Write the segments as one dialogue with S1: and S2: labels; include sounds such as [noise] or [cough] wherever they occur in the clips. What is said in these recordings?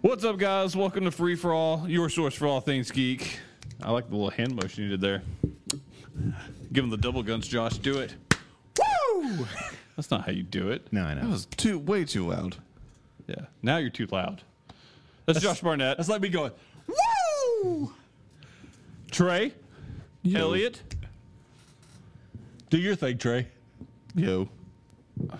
S1: What's up, guys? Welcome to Free for All, your source for all things geek. I like the little hand motion you did there. Give him the double guns, Josh. Do it. Woo! That's not how you do it.
S2: No, I know.
S3: That was too way too loud.
S1: Yeah. Now you're too loud. That's, Josh Barnett.
S3: That's like me going, woo!
S1: Trey. Elliot.
S3: Do your thing, Trey.
S2: Yo.
S3: You,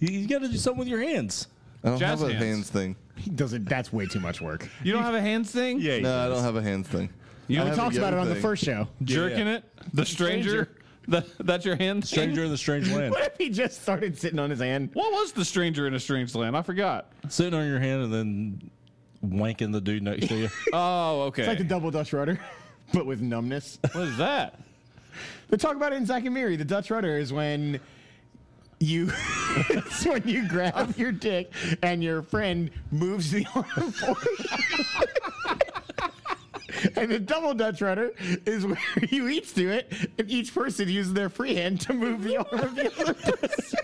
S3: you got to do something with your hands.
S2: I don't
S1: Jazz
S2: have a
S1: hands.
S2: hands, thing.
S4: He doesn't. That's way too much work.
S1: You don't have a hands thing?
S3: Yeah.
S2: No, I don't have a hands thing.
S1: You
S2: I
S1: we
S2: have a
S4: Talks about
S2: yo
S4: it on the
S2: thing.
S4: first show.
S1: Jerking it? The [laughs] stranger? The, that's your hand?
S3: Stranger in the strange
S4: [laughs]
S3: land.
S4: What if he just started sitting on his hand?
S1: What was the stranger in a strange land? I forgot.
S3: Sitting on your hand and then wanking the dude next to
S4: [laughs]
S3: Uh, you.
S1: Oh, okay.
S4: Like the double Dutch rudder, [laughs] but with numbness.
S1: what is that?
S4: They talk about it in Zack and Miri. The Dutch rudder is when you [laughs] it's when you grab [laughs] your dick and your friend moves the arm forward. And the double Dutch rudder is where [laughs] you each do it, and each person uses their free hand to move the arm of the other [laughs] person.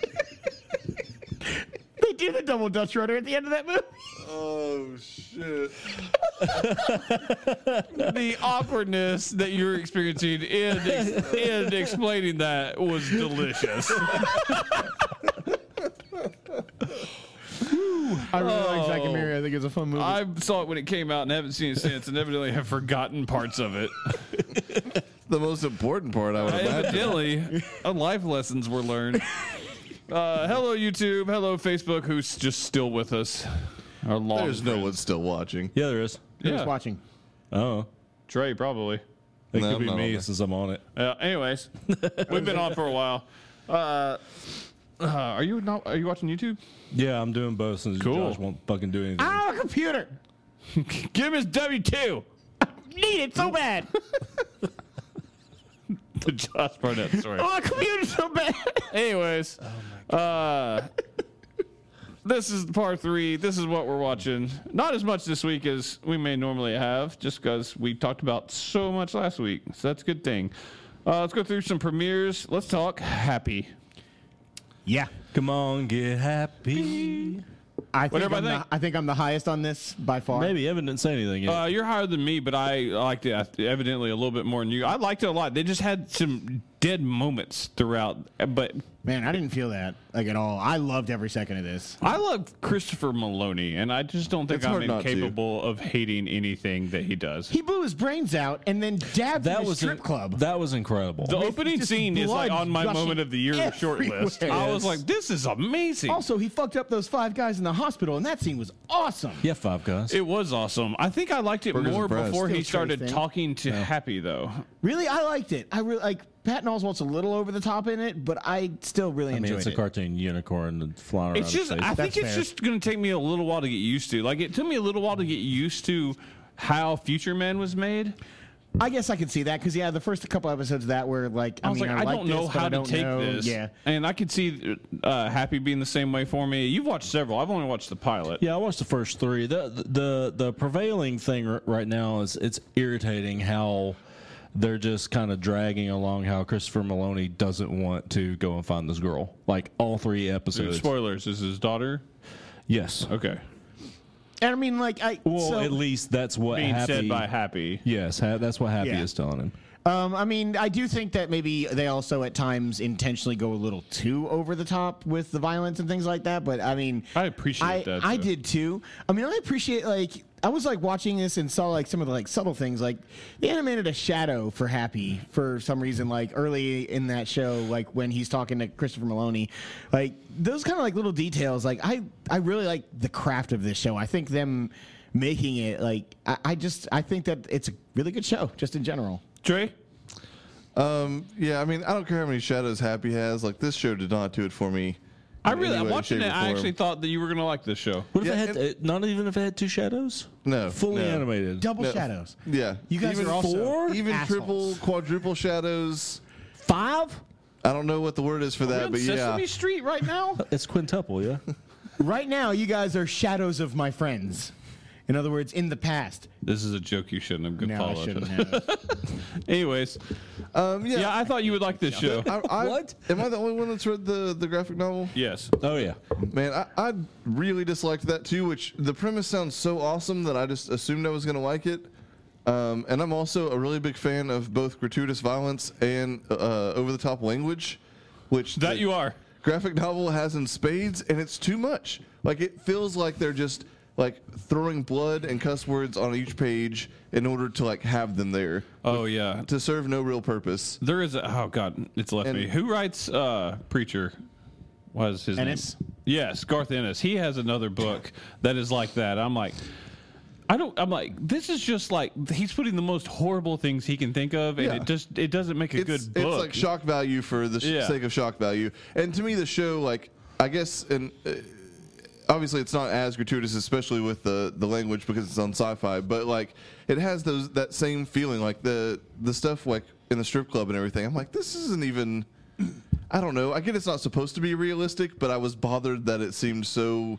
S4: they do the double Dutch rudder at the end of that movie.
S2: Oh shit.
S1: the awkwardness that you're experiencing in, in explaining that was delicious.
S4: I really like Zack and Miri. Oh. I think it's a fun movie.
S1: I saw it when it came out and haven't seen it since, and evidently have forgotten parts of it.
S2: The most important part I would imagine.
S1: evidently, uh, life lessons were learned. Uh, hello, YouTube. Hello, Facebook, who's just still with us. Our long
S2: There's no one still watching.
S3: yeah, there is.
S4: Who's
S1: yeah,
S4: watching?
S3: Oh.
S1: Trey, probably.
S3: It
S2: No,
S3: could be
S2: I'm not on
S3: me
S2: there.
S3: since I'm on it.
S1: Uh, anyways, we've been on for a while. Uh, uh, are you not? Are you watching YouTube?
S3: Yeah, I'm doing both since
S1: Cool.
S3: Josh won't fucking do anything.
S4: Ow, a computer!
S1: Give him his W two. [laughs]
S4: Need it so bad.
S1: The Josh Barnett story.
S4: Oh, a computer so bad.
S1: Anyways, uh, [laughs] this is part three. This is what we're watching. Not as much this week as we may normally have, just because we talked about so much last week. So that's a good thing. Uh, let's go through some premieres. Let's talk happy.
S4: Yeah.
S3: Come on, get happy.
S4: I think, I'm
S1: Whatever I
S4: the,
S1: think.
S4: I think I'm the highest on this by far.
S3: Maybe Evan didn't say anything yet.
S1: Uh, you're higher than me, but I liked it evidently a little bit more than you. I liked it a lot. They just had some dead moments throughout, but
S4: Man, I didn't feel that like at all. I loved every second of this.
S1: I love Christopher Maloney, and I just don't think
S2: It's
S1: I'm
S2: hard not to.
S1: incapable of hating anything that he does.
S4: He blew his brains out and then dabbed
S3: that
S4: in a
S3: was
S4: strip
S3: in-
S4: club.
S3: That was incredible.
S1: The opening
S4: just
S1: scene is like
S4: blood
S1: on my
S4: gushing
S1: moment of the year short list.
S4: everywhere.
S1: I was
S3: Yes.
S1: like, this is amazing.
S4: also, he fucked up those five guys in the hospital, and that scene was awesome.
S3: yeah, five guys.
S1: it was awesome. I think I liked it
S2: Burgers
S1: more
S2: and fries.
S1: before he
S4: Still
S1: started
S4: tracing.
S1: talking to Happy, though.
S4: Really, I liked it. I really like Patton Oswalt's a little over the top in it, but I still really
S3: I mean,
S4: enjoyed
S3: it's a
S4: it.
S3: cartoon unicorn and flying around.
S1: It's just,
S3: space.
S1: I think
S4: That's
S1: it's
S4: fair.
S1: just going to take me a little while to get used to. Like, it took me a little while to get used to how Future Man was made.
S4: I guess I could see that because yeah, the first couple episodes of that were like I,
S1: I was
S4: mean,
S1: like, I,
S4: I, like
S1: don't
S4: this,
S1: know
S4: but
S1: how
S4: I don't
S1: to take
S4: know.
S1: this.
S4: Yeah,
S1: And I could see uh, Happy being the same way for me. You've watched several. I've only watched the pilot.
S3: Yeah, I watched the first three. The the the prevailing thing r- right now is it's irritating how they're just kind of dragging along how Christopher Maloney doesn't want to go and find this girl. Like all three episodes.
S1: Spoilers. Is his daughter?
S3: Yes.
S1: Okay.
S4: and I mean like I
S3: Well,
S4: so-
S3: at least that's what
S1: Being
S3: Happy.
S1: said by Happy.
S3: yes, ha- that's what Happy
S4: Yeah.
S3: is telling him.
S4: Um, I mean, I do think that maybe they also at times intentionally go a little too over the top with the violence and things like that. But I mean,
S1: I appreciate
S4: I,
S1: that,
S4: I
S1: though.
S4: did too. I mean, I appreciate like I was like watching this and saw like some of the like subtle things. Like they animated a shadow for Happy for some reason. Like early in that show, like when he's talking to Christopher Maloney, like those kind of like little details. Like I I really like the craft of this show. I think them making it like I, I just I think that it's a really good show just in general.
S1: Trey?
S2: Um, yeah, I mean, I don't care how many shadows Happy has. Like this show did not do it for me.
S1: I
S2: in
S1: really,
S2: any way,
S1: watching
S2: shape,
S1: it,
S2: or
S1: I
S2: form. Uh,
S1: actually thought that you were going to like this show.
S3: What if
S2: Yeah,
S3: it had it, not even if it had two shadows?
S2: No,
S3: Fully
S2: no.
S3: animated.
S4: Double
S2: No.
S4: shadows.
S2: Yeah,
S4: You guys
S2: even
S4: are also
S3: four?
S2: even
S4: assholes.
S2: triple, quadruple shadows.
S4: five
S2: I don't know what the word is for that, but yeah,
S1: Sesame Street
S2: [laughs]
S1: right now?
S3: It's quintuple, yeah.
S4: right now. You guys are shadows of my friends. In other words, in the past.
S1: This is a joke you shouldn't have
S4: No, I
S1: followed. [laughs]
S4: shouldn't have.
S1: Anyways,
S2: Um, yeah.
S1: yeah, I thought you would like this show.
S2: I, I,
S3: What?
S2: Am I the only one that's read the, the graphic novel?
S1: [laughs] Yes.
S3: [laughs] Oh yeah,
S2: Man, I, I really disliked that too, which the premise sounds so awesome that I just assumed I was going to like it. Um, and I'm also a really big fan of both gratuitous violence and uh, over the top language, which
S1: That
S2: the
S1: you are.
S2: graphic novel has in spades, and it's too much. Like, it feels like they're just like throwing blood and cuss words on each page in order to like have them there
S1: Oh yeah.
S2: to serve no real purpose.
S1: There is a oh god, it's left
S2: And-
S1: me. Who writes uh Preacher? What is his
S4: Ennis?
S1: name? Yes, Garth Ennis. He has another book that is like that. I'm like I don't I'm like this is just like he's putting the most horrible things he can think of and
S2: Yeah.
S1: it just it doesn't make a
S2: it's,
S1: good
S2: It's
S1: book.
S2: like shock value for the sh-
S1: Yeah.
S2: sake of shock value. And to me, the show, like, I guess, and uh, obviously, it's not as gratuitous, especially with the the language because it's on sci-fi. But like, it has those that same feeling, like the the stuff like in the strip club and everything. I'm like, this isn't even. I don't know. I get it's not supposed to be realistic, but I was bothered that it seemed so,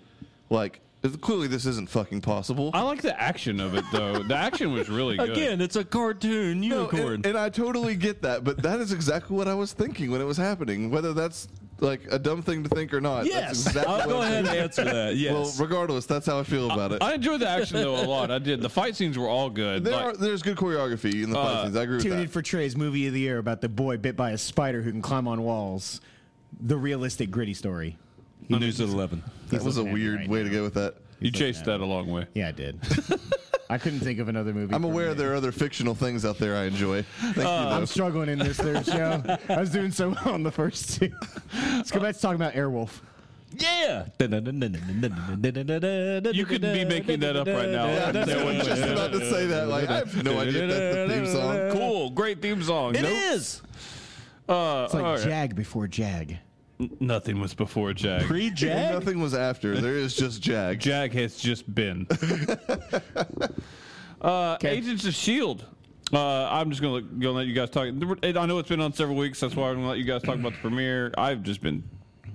S2: like, clearly this isn't fucking possible.
S1: I like the action of it though. the action was really good.
S3: again, it's a cartoon
S2: No,
S3: unicorn.
S2: and, and I totally get that, but that is exactly what I was thinking when it was happening. Whether that's like a dumb thing to think or not.
S3: yes,
S2: That's exactly
S3: I'll
S2: what I'm
S3: go ahead and
S2: thinking.
S3: answer that. Yes.
S2: Well, regardless, that's how I feel about it.
S1: I enjoyed the action though a lot. I did. The fight scenes were all good.
S2: there
S1: Like-
S2: are, there's good choreography in the fight scenes. I agree with
S4: Tune in
S2: that.
S4: for Trey's movie of the year about the boy bit by a spider who can climb on walls. The realistic, gritty story.
S3: News at eleven.
S2: That was a
S4: looking at me
S2: weird
S4: right
S2: way to
S4: now.
S2: go with that.
S1: you chased that a long way.
S4: Yeah, I
S2: [laughs]
S4: did. I couldn't think of another movie.
S2: I'm
S4: for a
S2: aware
S4: minute.
S2: there are other fictional things out there I enjoy. [laughs] Thank
S4: I'm struggling in this
S2: [laughs]
S4: third show. I was doing so well on the first two. Let's go back to talking about Airwolf.
S3: Yeah. You
S1: You could be making that up right now.
S2: Yeah, that's- I was just about to say that. Like, I have no idea if that's the theme song.
S1: Cool, great theme song.
S3: [laughs] It
S1: Nope.
S3: is
S1: Uh,
S4: It's like
S1: all right.
S4: Jag before Jag.
S1: Nothing was before Jag.
S3: pre Jag.
S2: Nothing was after. There is just Jag.
S1: Jag has just been. [laughs] uh, Agents of Shield. Uh, I'm just gonna, let- gonna let you guys talk. I know it's been on several weeks, that's why I'm gonna let you guys talk about the premiere. I've just been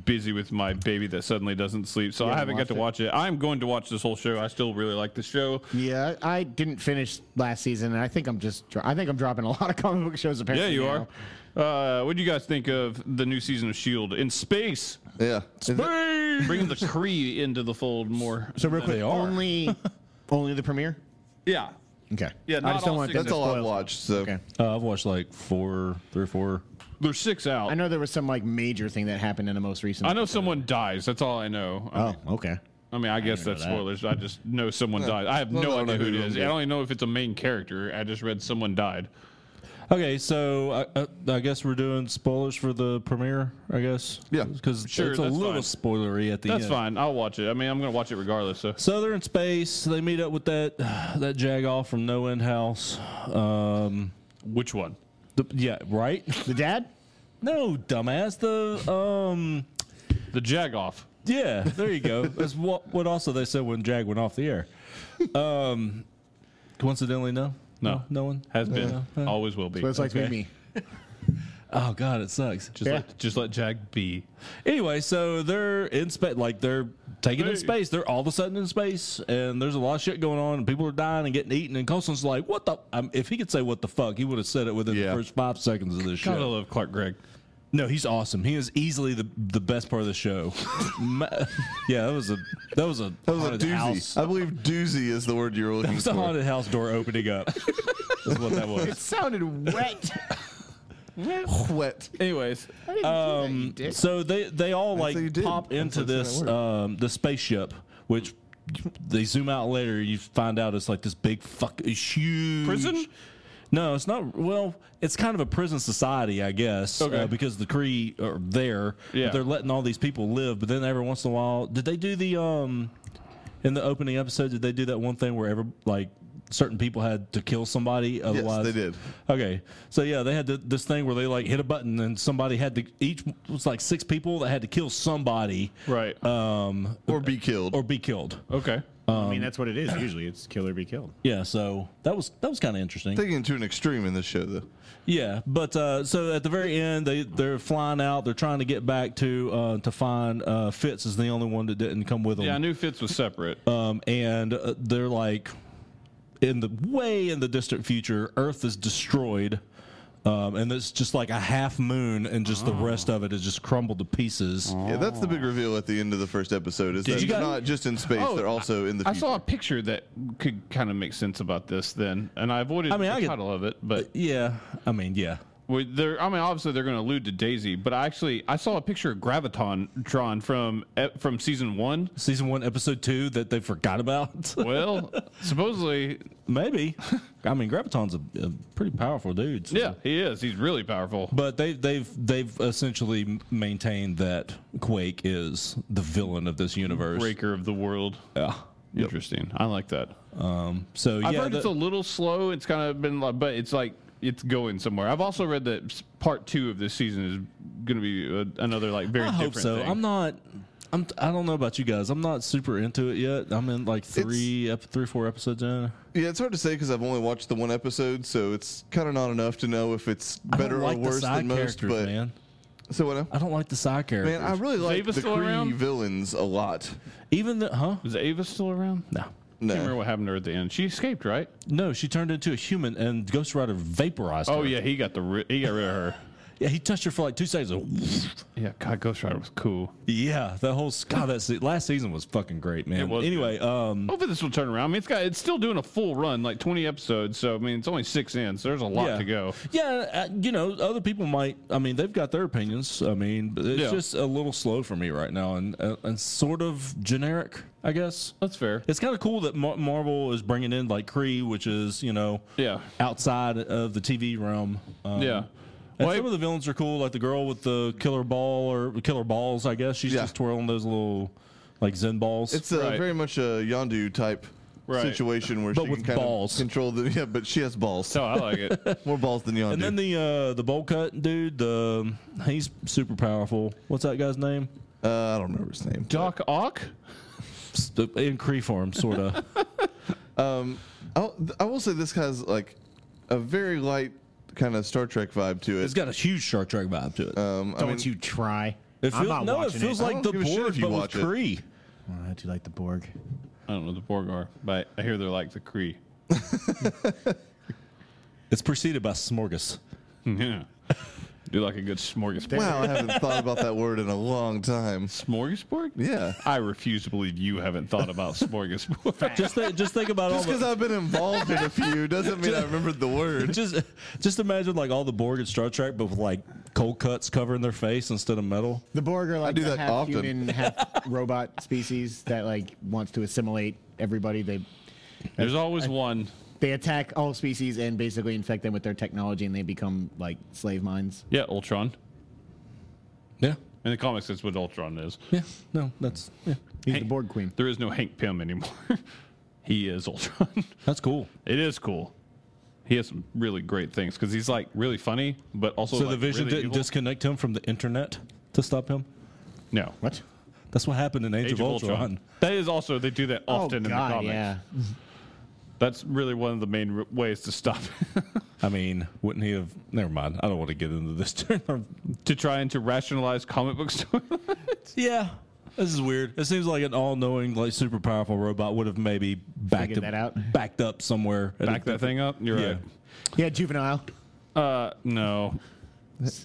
S1: busy with my baby that suddenly doesn't sleep, so I haven't got to watch it. I'm going to watch this whole show. I still really like the show.
S4: Yeah, I didn't finish last season, and I think I'm just dro- I think I'm dropping a lot of comic book shows.
S1: Yeah,
S4: Apparently,
S1: you
S4: now.
S1: are. Uh, what do you guys think of the new season of Shield E in space?
S2: Yeah. Is it-
S1: Bringing the Kree into the fold more.
S4: So real quick,
S3: They are. [laughs]
S4: only only the premiere.
S1: Yeah.
S4: Okay.
S1: Yeah,
S4: I
S1: not
S4: just don't
S1: all
S4: want
S1: six
S2: That's
S1: of
S2: all I've
S4: Spoiled.
S2: watched. So
S4: Okay.
S3: Uh, I've watched like four, three or four.
S1: There's six out.
S4: I know there was some like major thing that happened in the most recent.
S1: I know someone dies. That's all I know. I
S4: Oh,
S1: mean,
S4: okay.
S1: I, mean, I guess that's
S4: that.
S1: spoilers. I just know someone died. I have
S2: Well,
S1: no
S2: I don't
S1: idea
S2: know
S1: who it
S2: who
S1: is.
S2: it
S1: I
S2: is.
S1: only know if it's a main character. I just read someone died.
S3: Okay, so I, I, I guess we're doing spoilers for the premiere. I guess.
S2: Yeah.
S3: because
S1: Sure,
S3: it's a
S1: that's
S3: little
S1: fine.
S3: spoilery at the
S1: That's
S3: end.
S1: fine. I'll watch it. I mean, I'm going to watch it regardless. So
S3: So they're in space. They meet up with that [sighs] that jagoff from No End House. Um,
S1: which one?
S3: the, yeah, right. [laughs]
S4: The dad?
S3: No, dumbass. The um,
S1: The Jagoff.
S3: yeah. There you [laughs] go. That's what what also they said when Jag went off the air. Um, coincidentally, no,
S1: No.
S3: no, one.
S1: Has been. Always will be.
S4: But it's like
S3: Okay.
S4: me.
S3: Oh God, it sucks.
S1: Just,
S4: Yeah.
S1: let, just let Jag be.
S3: Anyway, so they're in space, like they're taken
S1: Hey.
S3: in space. They're all of a sudden in space, and there's a lot of shit going on, and people are dying and getting eaten. And Coulson's like, "What the?" Um, if he could say "What the fuck," he would have said it within
S2: Yeah.
S3: the first five seconds of this
S1: Gotta
S3: show.
S1: love Clark Gregg.
S3: No, he's awesome. He is easily the the best part of the show. Ma- [laughs] yeah, that was a that was a
S2: that was a
S3: haunted
S2: doozy.
S3: house.
S2: I believe doozy is the word you were looking
S3: It was a
S2: for.
S3: haunted house door opening up. [laughs] That's what that was.
S4: It sounded wet.
S2: Wet.
S1: Anyways,
S4: [laughs] I didn't do that, you
S3: Um,
S4: dick.
S3: so they they all
S2: That's
S3: like
S2: how you did.
S3: pop
S2: That's
S3: into
S2: how it's
S3: this
S2: gonna
S3: um, the spaceship, which they zoom out later. You find out it's like this big fuck it's huge
S1: Prison?
S3: No, it's not. Well, it's kind of a prison society, I guess,
S1: Okay.
S3: uh, because the Cree are there. but
S1: Yeah.
S3: they're letting all these people live, but then every once in a while, did they do the um in the opening episode? Did they do that one thing where every like certain people had to kill somebody. Otherwise,
S2: they did.
S3: Okay, so yeah, they had th- this thing where they like hit a button and somebody had to each it was like six people that had to kill somebody,
S1: Right.
S3: Um,
S2: or be killed.
S3: or be killed.
S1: okay.
S5: I
S3: um,
S5: mean, that's what it is. Usually, it's kill or be killed.
S3: Yeah, so that was that was kind of interesting.
S2: taking it to an extreme in this show, though.
S3: Yeah, but uh, so at the very end, they they're flying out. They're trying to get back to uh, to find uh, Fitz is the only one that didn't come with them.
S1: Yeah, I knew Fitz was separate.
S3: [laughs] um, and uh, they're like in the way in the distant future, Earth is destroyed. Um, and it's just like a half moon, and just
S1: Oh.
S3: the rest of it is just crumbled to pieces.
S2: Yeah, that's the big reveal at the end of the first episode. Is
S3: Oh. Did
S2: that
S3: you
S2: they're
S3: guys-
S2: not just in space;
S1: Oh,
S2: they're also in the.
S1: I
S2: Future.
S1: saw a picture that could kind of make sense about this then, and I avoided
S3: I mean,
S1: the
S3: I could-
S1: title of it, but
S3: Yeah, I mean, yeah,
S1: we they're, I mean, obviously they're going to allude to Daisy, but I actually I saw a picture of Graviton drawn from ep- from season
S3: [laughs]
S1: one.
S3: season one, episode two that they forgot about. [laughs]
S1: Well, supposedly,
S3: Maybe, I mean, Graviton's a, a pretty powerful dude. so-
S1: yeah, he is. He's really powerful.
S3: But they, they've they've essentially maintained that Quake is the villain of this universe.
S1: Breaker of the world.
S3: Yeah.
S1: Interesting. I like that.
S3: So yeah,
S1: I've heard
S3: the-
S1: it's a little slow. It's kind of been, like, but it's like it's going somewhere. I've also read that s- part two of this season is going to be uh another like very
S3: I
S1: different
S3: hope so.
S1: thing.
S3: I'm not. I'm. I don't know about you guys. I'm not super into it yet. I'm in like three, ep- three, four episodes in.
S2: Yeah, it's hard to say because I've only watched the one episode, so it's kind of not enough to know if it's
S3: I don't
S2: better
S3: like
S2: or
S3: the
S2: worse
S3: side
S2: than most.
S3: characters,
S2: But
S3: man.
S2: so what? I-
S3: I don't like the side characters.
S2: Man, I really like
S1: Ava
S2: the
S1: still
S2: Kree
S1: around?
S2: villains a lot.
S3: Even the huh?
S1: Is Ava still around?
S3: No,
S1: I can't remember
S2: No,
S1: what happened to her at the end. She escaped, right?
S3: no. She turned into a human, and Ghost Rider vaporized her.
S1: Oh yeah, he got the ri- he got rid of her.
S3: yeah. He touched her for like two seconds. and
S1: Yeah, God, Ghost Rider was cool.
S3: yeah, that whole God. That se- last season was fucking great, man.
S1: It was
S3: anyway, um,
S1: Mm. Hopefully this will turn around. I mean, it's got it's still doing a full run, like 20 episodes. So I mean, it's only six in, so there's a lot
S3: yeah.
S1: to go.
S3: Yeah, uh, you know, other people might. I mean, they've got their opinions. I mean, but it's
S1: Yeah.
S3: just a little slow for me right now, and uh, and sort of generic, I guess.
S1: That's fair.
S3: It's kind of cool that Mar- Marvel is bringing in like Kree, which is you know
S1: Yeah.
S3: outside of the TV realm. Um,
S1: Yeah.
S3: and
S1: Well,
S3: some
S1: [laughs]
S3: of the villains are cool, like the girl with the killer ball or killer balls. I guess she's
S2: Yeah.
S3: just twirling those little like Zen balls.
S2: it's uh,
S1: Right.
S2: very much a Yondu type
S1: Right.
S2: situation where
S3: But
S2: she
S3: with
S2: can kind
S3: balls.
S2: of control the. Yeah, but she has balls.
S1: So Oh, I like it.
S2: [laughs] More balls than Yondu.
S3: and then the uh, the bowl cut dude, the he's super powerful. What's that guy's name?
S2: uh, I don't remember his name.
S1: Doc Ock.
S3: In Kree form, sort of.
S2: Um, I'll, I will say this has like a very light kind of Star Trek vibe to
S3: [laughs] It's
S2: it.
S3: got a huge Star Trek vibe to it.
S2: Um, I
S5: Don't
S2: mean,
S5: you try?
S3: it feels,
S5: I'm not
S3: no, it
S5: watching
S3: feels
S5: it.
S2: I
S3: like
S2: don't
S3: the
S2: give a shit
S3: Borg,
S2: if you
S3: but with
S2: watch it.
S3: Kree.
S5: Oh, I do like the Borg.
S1: I don't know the Borg are, but I hear they're like the Kree.
S3: It's preceded by Smorgas.
S1: Yeah. [laughs] Do like a good smorgasbord.
S2: wow, I haven't thought about that word in a long
S1: [laughs]
S2: time.
S1: Smorgasbord?
S2: Yeah.
S1: I refuse to believe you haven't thought about smorgasbord.
S3: Just think, just think about
S2: Just
S3: all
S2: because
S3: the.
S2: I've been involved in a few doesn't mean I remembered the word.
S3: [laughs] Just, just imagine like all the Borg in Star Trek, but with like cold cuts covering their face instead of metal.
S4: The Borg are like
S2: do
S4: the
S2: that
S4: half
S2: often.
S4: [laughs] human, half robot species that like wants to assimilate everybody. They
S1: There's always one.
S4: they attack all species and basically infect them with their technology, and they become like slave mines.
S1: Yeah, Ultron.
S3: Yeah,
S1: In the comics, that's what Ultron is.
S3: yeah. No, that's yeah.
S4: He's
S1: Hey.
S4: the Borg queen.
S1: There is no Hank Pym anymore. [laughs] he is Ultron. [laughs]
S3: that's cool.
S1: it is cool. He has some really great things because he's like really funny, but also
S3: So the
S1: like,
S3: Vision
S1: really
S3: didn't
S1: evil.
S3: disconnect him from the internet to stop him.
S1: no
S4: What?
S3: That's what happened in Age,
S1: Age
S3: of Ultron.
S1: That is also they do that often
S4: oh
S1: in the
S4: God,
S1: comics.
S4: yeah.
S1: That's really one of the main r- ways to stop [laughs]
S3: I mean, wouldn't he have? Never mind. I don't want to get into this. [laughs]
S1: to try and to rationalize comic book story.
S3: yeah. This is weird. It seems like an all-knowing, like super powerful robot would have maybe backed
S4: Figured that out.
S3: backed up somewhere. at a
S1: [laughs] Back that
S3: different-
S1: thing up. You're
S3: Yeah.
S1: right.
S4: Yeah, juvenile.
S1: Uh, no.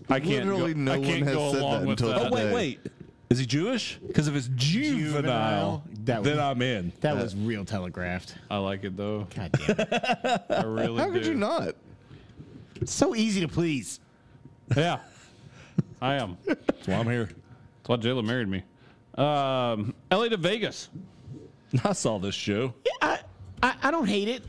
S1: I can't.
S2: Literally
S1: go,
S2: no
S1: I
S2: one
S1: can't
S2: has
S1: go
S2: said
S1: along
S2: that
S1: with
S2: until
S1: that.
S3: Oh wait,
S2: Today.
S3: wait. Is he Jewish? Because if it's juvenile,
S4: Juvenile, that
S3: then
S4: would-
S3: I'm in.
S4: That was real telegraphed.
S1: I like Uh, it though.
S4: God damn it.
S1: I really
S2: [laughs] How could
S1: do.
S2: you not?
S4: It's [laughs] so easy to please.
S1: Yeah, I am. That's
S3: That's why I'm here.
S1: why Jayla married me. Um, LA to Vegas.
S3: I saw this show.
S4: I, I, I don't hate it.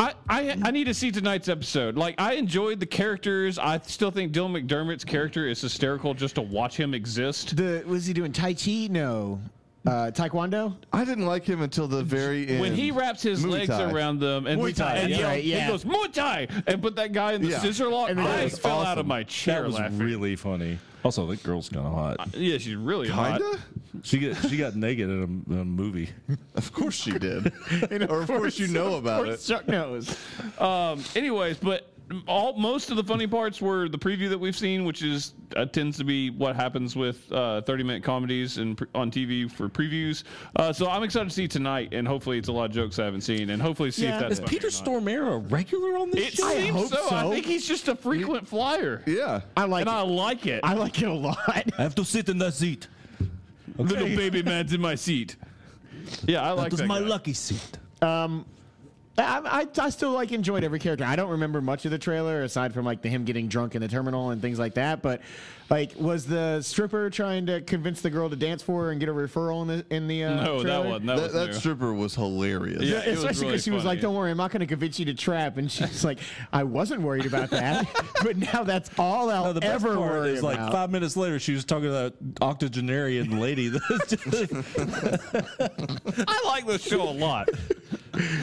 S1: I, I I need to see tonight's episode. Like I enjoyed the characters. I still think Dylan McDermott's character is hysterical just to watch him exist.
S4: The was he doing Tai Chi? No. uh, Taekwondo.
S2: I didn't like him until the very end.
S1: When he wraps his
S2: Muay
S1: legs
S2: Thai.
S1: around them and,
S5: Muay Thai,
S1: and
S5: that's
S1: yells-
S5: right, yeah.
S1: he goes Muay Thai and put that guy in the
S2: Yeah.
S1: scissor lock,
S4: And then that
S1: I
S4: was
S1: fell out of
S2: awesome.
S1: my
S3: That
S1: chair
S3: was
S1: laughing.
S3: really funny. Also, that girl's kind of hot.
S1: yeah, she's really hot.
S2: Kinda?
S3: She got she got naked in a, in a movie.
S2: Of course she did. or of course you know
S1: Uh,
S2: about it.
S4: Chuck knows.
S1: Um, anyways, but all most of the funny parts were the preview that we've seen, which is uh, tends to be what happens with uh, thirty minute comedies and pre- on TV for previews. Uh, so I'm excited to see tonight, and hopefully it's a lot of jokes I haven't seen, and hopefully see
S4: Yeah.
S1: if that's
S3: Is
S1: funny
S3: Peter
S1: or not.
S3: Stormare a regular on this
S1: It
S3: show?
S1: seems
S4: hope
S1: so. I
S4: so.
S1: think he's just a frequent flyer.
S2: Yeah.
S4: I like.
S1: and
S4: it.
S1: I like it.
S4: I like it a lot.
S3: I have to sit in that seat.
S1: Little
S4: [laughs]
S1: baby man's in my seat. Yeah, I like that. guy.
S3: seat.
S4: Um, I, I, I still like enjoyed every character. I don't remember much of the trailer aside from like the him getting drunk in the terminal and things like that. But like, was the stripper trying to convince the girl to dance for her and get a referral in the in the? Uh,
S1: No, that
S4: trailer?
S1: wasn't. That,
S2: That, that
S1: was new.
S2: stripper was hilarious.
S1: Yeah. it was
S4: [laughs] Especially because
S1: really
S4: she was
S1: funny.
S4: like, "Don't worry, I'm not going to convince you to trap," and she's like, "I wasn't worried about that, [laughs] but now that's all I'll
S3: Now, Oh, the best
S4: ever
S3: part
S4: worry
S3: is like
S4: about."
S3: five minutes later, she was talking to that octogenarian lady. that's just-
S1: I like this show a lot.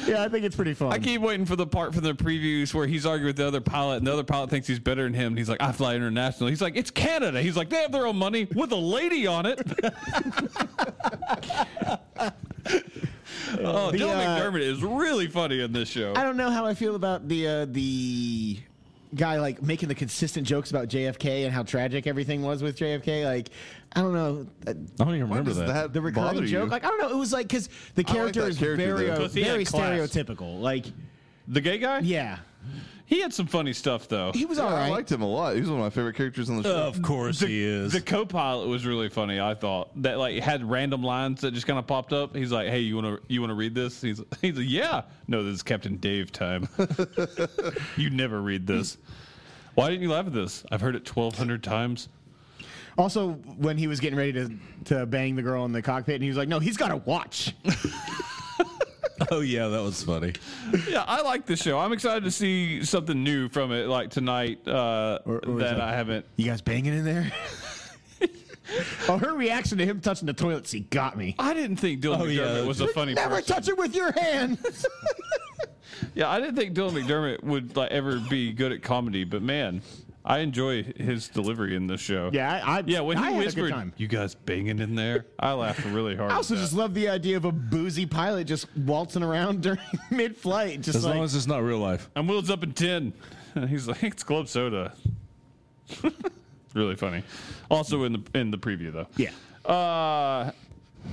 S4: yeah, I think it's pretty fun.
S1: I keep waiting for the part from the previews where he's arguing with the other pilot, and the other pilot thinks he's better than him. And he's like, "I fly international." He's like, "It's Canada." He's like, "They have their own money with a lady on it." [laughs] oh,
S4: The,
S1: Dylan
S4: uh,
S1: McDermott is really funny in this show.
S4: I don't know how I feel about the uh, the guy like making the consistent jokes about JFK and how tragic everything was with JFK. Like, I don't know uh,
S3: I don't even
S2: Why
S3: remember
S2: does
S3: that.
S2: that
S4: the
S2: bother
S4: recurring
S2: you?
S4: joke. Like, I don't know. It was like because the
S2: I like
S4: character
S2: that
S4: is
S2: character,
S4: very
S2: though.
S4: uh,
S1: 'Cause he had
S4: very
S1: class.
S4: stereotypical. Like,
S1: the gay guy,
S4: yeah,
S1: he had some funny stuff though.
S4: he was
S2: Yeah,
S4: all right.
S2: I liked him a lot. He was one of my favorite characters on the show.
S3: of course he is.
S1: The co-pilot was really funny. I thought that like had random lines that just kind of popped up. He's like, "Hey, you want to you want to read this?" He's he's like, "Yeah, no, this is Captain Dave time. [laughs] you never read this. Why didn't you laugh at this? I've heard it twelve hundred times.
S4: Also, when he was getting ready to to bang the girl in the cockpit, and he was like, "No, he's got a watch."
S3: oh yeah, that was funny.
S1: Yeah, I like the show. I'm excited to see something new from it, like tonight uh,
S4: or is
S1: that
S4: that-
S1: I haven't.
S4: You guys banging in [laughs] there? oh, her reaction to him touching the toilet seat got me.
S1: I didn't think Dylan
S3: Oh, yeah.
S1: McDermott was a funny
S4: Never
S1: person.
S4: touch it with your hands.
S1: Yeah, I didn't think Dylan McDermott would like ever be good at comedy, but man, I enjoy his delivery in this show.
S4: [laughs] yeah, I, I
S1: Yeah, when he
S4: I had a good
S1: whispered,
S4: time.
S1: "You guys banging in there," I laughed really hard.
S4: I
S1: at
S4: also
S1: that.
S4: just love the idea of a boozy pilot just waltzing around [laughs] during mid-flight, just
S3: As
S4: like
S3: long as it's not real life.
S1: I'm Will's up in ten, [laughs] and he's like, "It's club soda." [laughs] really funny. Also in the in the preview though.
S4: yeah.
S1: Uh,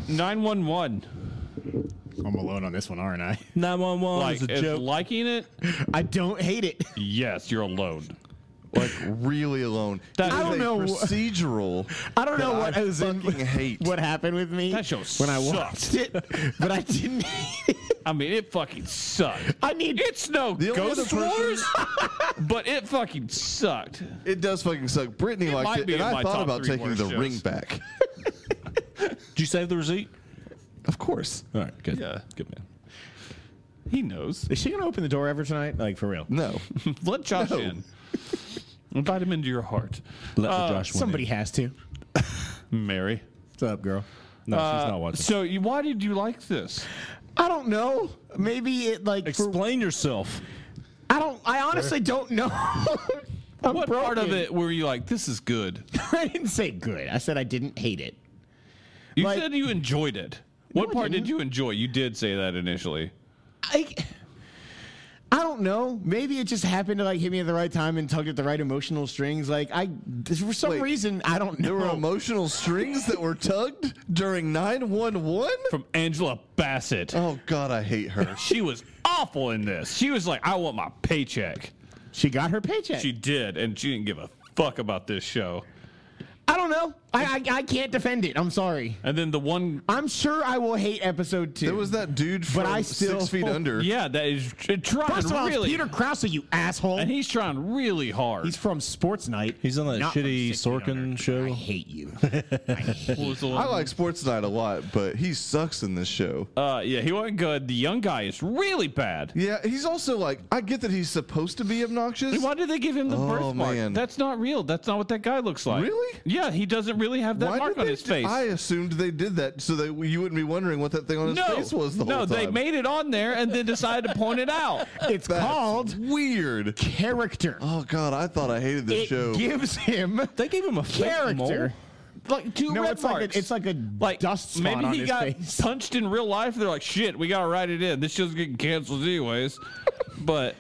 S1: nine one one.
S5: I'm alone on this one, aren't I?
S3: Nine one one
S1: Like
S3: is a
S1: if
S3: joke.
S1: liking it,
S4: [laughs] I don't hate it.
S1: yes, you're alone.
S2: Like really alone.
S1: [laughs] That-
S2: It
S1: I
S2: is
S1: don't
S2: a
S4: know wh-
S2: Procedural.
S4: I don't know
S2: that
S4: what
S2: I
S4: was in-
S2: fucking hate.
S4: what happened with me
S1: That show
S4: when I
S1: sucked.
S4: watched it, but I didn't. hate it.
S1: I mean, it fucking sucked.
S4: I need
S1: It's no
S2: The only
S1: Ghost
S2: other person-
S1: Wars, but it fucking sucked.
S2: It does fucking suck. Brittany
S1: might
S2: liked it,
S1: be
S2: and
S1: in
S2: I
S1: my
S2: thought
S1: top
S2: about
S1: three
S2: taking
S1: worst
S2: the
S1: shows. [laughs]
S2: ring back.
S3: Did you save the receipt?
S2: Of course.
S3: All right, good.
S1: Yeah.
S3: Good man.
S1: He knows.
S4: Is she gonna open the door ever tonight? Like for real?
S2: No.
S1: Let Josh in. Invite him into your heart,
S3: Let the Josh win
S4: Somebody
S3: it.
S4: has to. [laughs]
S1: Mary.
S4: What's up, girl?
S3: No, she's
S1: Uh,
S3: not watching.
S1: So, you, why did you like this?
S4: I don't know. Maybe it like for-
S3: Explain yourself.
S4: I don't. I honestly don't know. [laughs] I'm
S1: What part of
S4: broken.
S1: it were you like, this is good?
S4: [laughs] I didn't say good. I said I didn't hate it.
S1: You
S4: Like-
S1: said you enjoyed it. What
S4: I
S1: part did
S4: didn't.
S1: you enjoy? You did say that initially.
S4: I I don't know. Maybe it just happened to like hit me at the right time and tugged at the right emotional strings. Like I, for some
S2: Wait.
S4: reason, I don't know.
S2: There were emotional strings that were tugged during 911?
S1: From Angela Bassett.
S2: Oh, God, I
S1: [laughs]
S2: hate her.
S1: She was awful in this. She was like, I want my paycheck.
S4: she got her paycheck.
S1: She did, and she didn't give a fuck about this show.
S4: I don't know. I, I I can't defend it. I'm sorry.
S1: And then the one,
S4: I'm sure I will hate episode two.
S2: There was that dude from
S4: I still-
S1: [laughs]
S2: Six Feet Under.
S1: yeah, that is tr- trying
S4: First of all, it's
S1: really.
S4: Peter Krause, you asshole.
S1: and he's trying really hard.
S5: He's from Sports Night.
S3: He's on that
S5: Not from
S3: shitty
S5: Six Feet
S3: Sorkin
S5: Under.
S3: show.
S4: I hate you.
S1: What was the one-
S2: I like Sports Night a lot, but he sucks in this show.
S1: [laughs] Uh, yeah, he wasn't good. The young guy is really bad.
S2: yeah, he's also like, I get that he's supposed to be obnoxious.
S1: Why did they give him the
S2: Oh,
S1: birthmark?
S2: man.
S1: That's not real. That's not what that guy looks like.
S2: Really?
S1: Yeah, he doesn't really have that
S2: Why
S1: mark
S2: did
S1: on
S2: they
S1: his
S2: do-
S1: face.
S2: I assumed they did that so that you wouldn't be wondering what that thing on his
S1: no,
S2: face was the
S1: no,
S2: whole time.
S1: they made it on there and then decided to point it out.
S4: It's
S2: That's
S4: called
S2: weird.
S4: character.
S2: Oh god, I thought I hated this
S4: it
S2: show.
S4: gives him
S3: They gave him a fake mole.
S4: character.
S1: Like two
S4: No,
S1: red
S4: it's
S1: marks.
S4: like a, it's like a
S1: Like,
S4: dust spot
S1: maybe
S4: on
S1: he
S4: his
S1: got
S4: [laughs] face.
S1: punched in real life. They're like, shit, we gotta write it in. This show's getting canceled anyways. But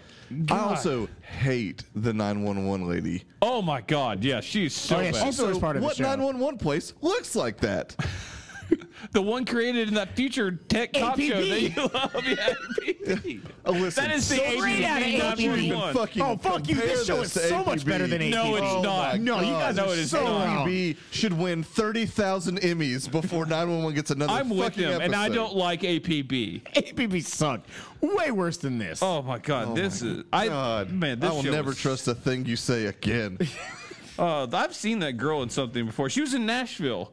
S2: I also hate the 911 lady.
S1: oh my god, yeah, she's so
S4: Oh, yeah,
S1: bad.
S4: she's- Also,
S2: So
S4: it's part of the
S2: what
S4: show.
S2: 911 place looks like that?
S1: the one created in that future tech cop show that
S4: APB.
S1: you [laughs] love. Yeah, APB.
S2: Oh, listen,
S1: That is the
S4: Straight outta
S1: APB
S2: don't you even
S1: 911.
S2: fucking
S4: Oh, fuck you, this
S2: compare
S4: show is
S2: to
S4: so much
S2: APB.
S4: better than
S1: No, it's
S2: Oh
S1: not.
S2: my
S4: No, you guys
S2: God.
S1: No, it is
S4: so
S1: not.
S4: wrong.
S2: APB should win 30,000 Emmys before 911 gets another
S1: I'm
S2: fucking
S1: with him,
S2: episode.
S1: and I don't like APB.
S4: APB sucked. Way worse than this.
S1: Oh my god, this is I
S2: God,
S1: man, this
S2: I will
S1: show
S2: never
S1: is-
S2: trust a thing you
S4: [laughs]
S2: say again.
S1: Uh, I've seen that girl in something before. She was in Nashville.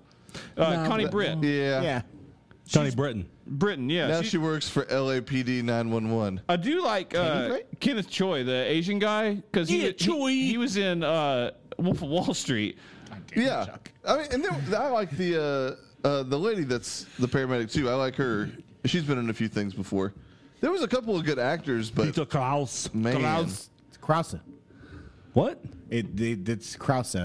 S1: Uh, Connie Britt,
S2: yeah.
S4: yeah.
S3: Johnny Breton.
S1: Britain, yeah.
S2: Now
S1: she-
S2: she works for LAPD 911.
S1: I do like uh,
S4: right?
S1: Kenneth Choi, the Asian guy, because he,
S3: Yeah,
S1: he-
S3: Choi.
S1: he was in uh, Wolf of Wall Street.
S2: Yeah, I mean, and then I like the uh, uh, the lady that's the paramedic too. I like her. She's been in a few things before. There was a couple of good actors, but
S3: Klaus.
S2: man,
S4: It's Krause.
S3: What?
S4: It, it, it's Krause.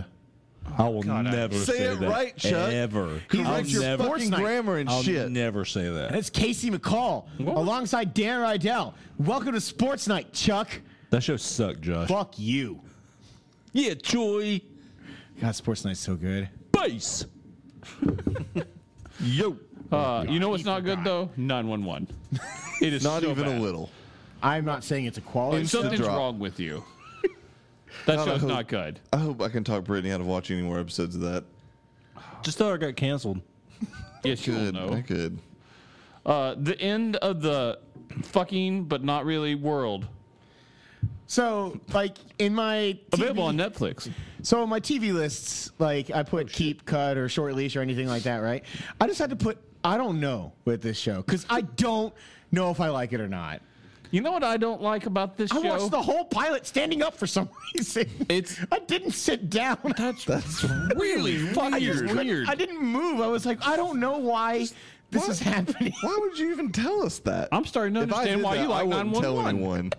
S3: I will never
S2: say it
S3: that.
S2: right, Chuck.
S3: Ever.
S2: he
S3: I'll
S2: likes your
S3: never-
S2: fucking
S4: Fortnite.
S2: grammar and
S3: I'll
S2: shit.
S3: never say
S4: And
S3: that.
S4: it's Casey McCall alongside Dan Rydell. Welcome to Sports Night, Chuck.
S3: That show sucked, Josh.
S4: Fuck you.
S3: Yeah, Choi.
S4: God, Sports Night's so good.
S1: [laughs]
S3: Base.
S2: Yo,
S1: Uh, you know what's not good though? Nine one one. It is
S2: not
S1: so
S2: even
S1: bad.
S2: a little.
S4: I'm not saying it's a quality.
S2: It's the
S1: Something's
S2: drop.
S1: wrong with [laughs] you. That
S2: Not a
S1: show's
S2: hope.
S1: not good.
S2: I hope I can talk Brittany out of watching any more episodes of that.
S3: Just thought I got canceled.
S1: Yes, you will
S2: Good, I
S1: know.
S2: could.
S1: Uh, the end of the fucking but not really world
S4: So, like in my
S1: available
S4: TV
S1: on Netflix.
S4: So on my TV lists, like I put keep, cut, or short leash, or anything like that, right? I just had to put I don't know with this show because I don't know if I like it or not.
S1: You know what I don't like about this
S4: I
S1: show?
S4: watched the whole pilot standing up for some [laughs] reason.
S1: It's-
S4: I didn't sit down.
S1: that's, [laughs] really
S4: I just
S1: fucking
S4: couldn't-
S1: weird.
S4: I didn't move. I was like, I don't know why this
S2: What?
S4: is happening.
S2: [laughs] Why would you even tell us that?
S1: I'm starting to
S2: If I
S1: understand
S2: did
S1: why you
S2: that, I
S1: like
S2: wouldn't tell
S1: 911.
S2: anyone.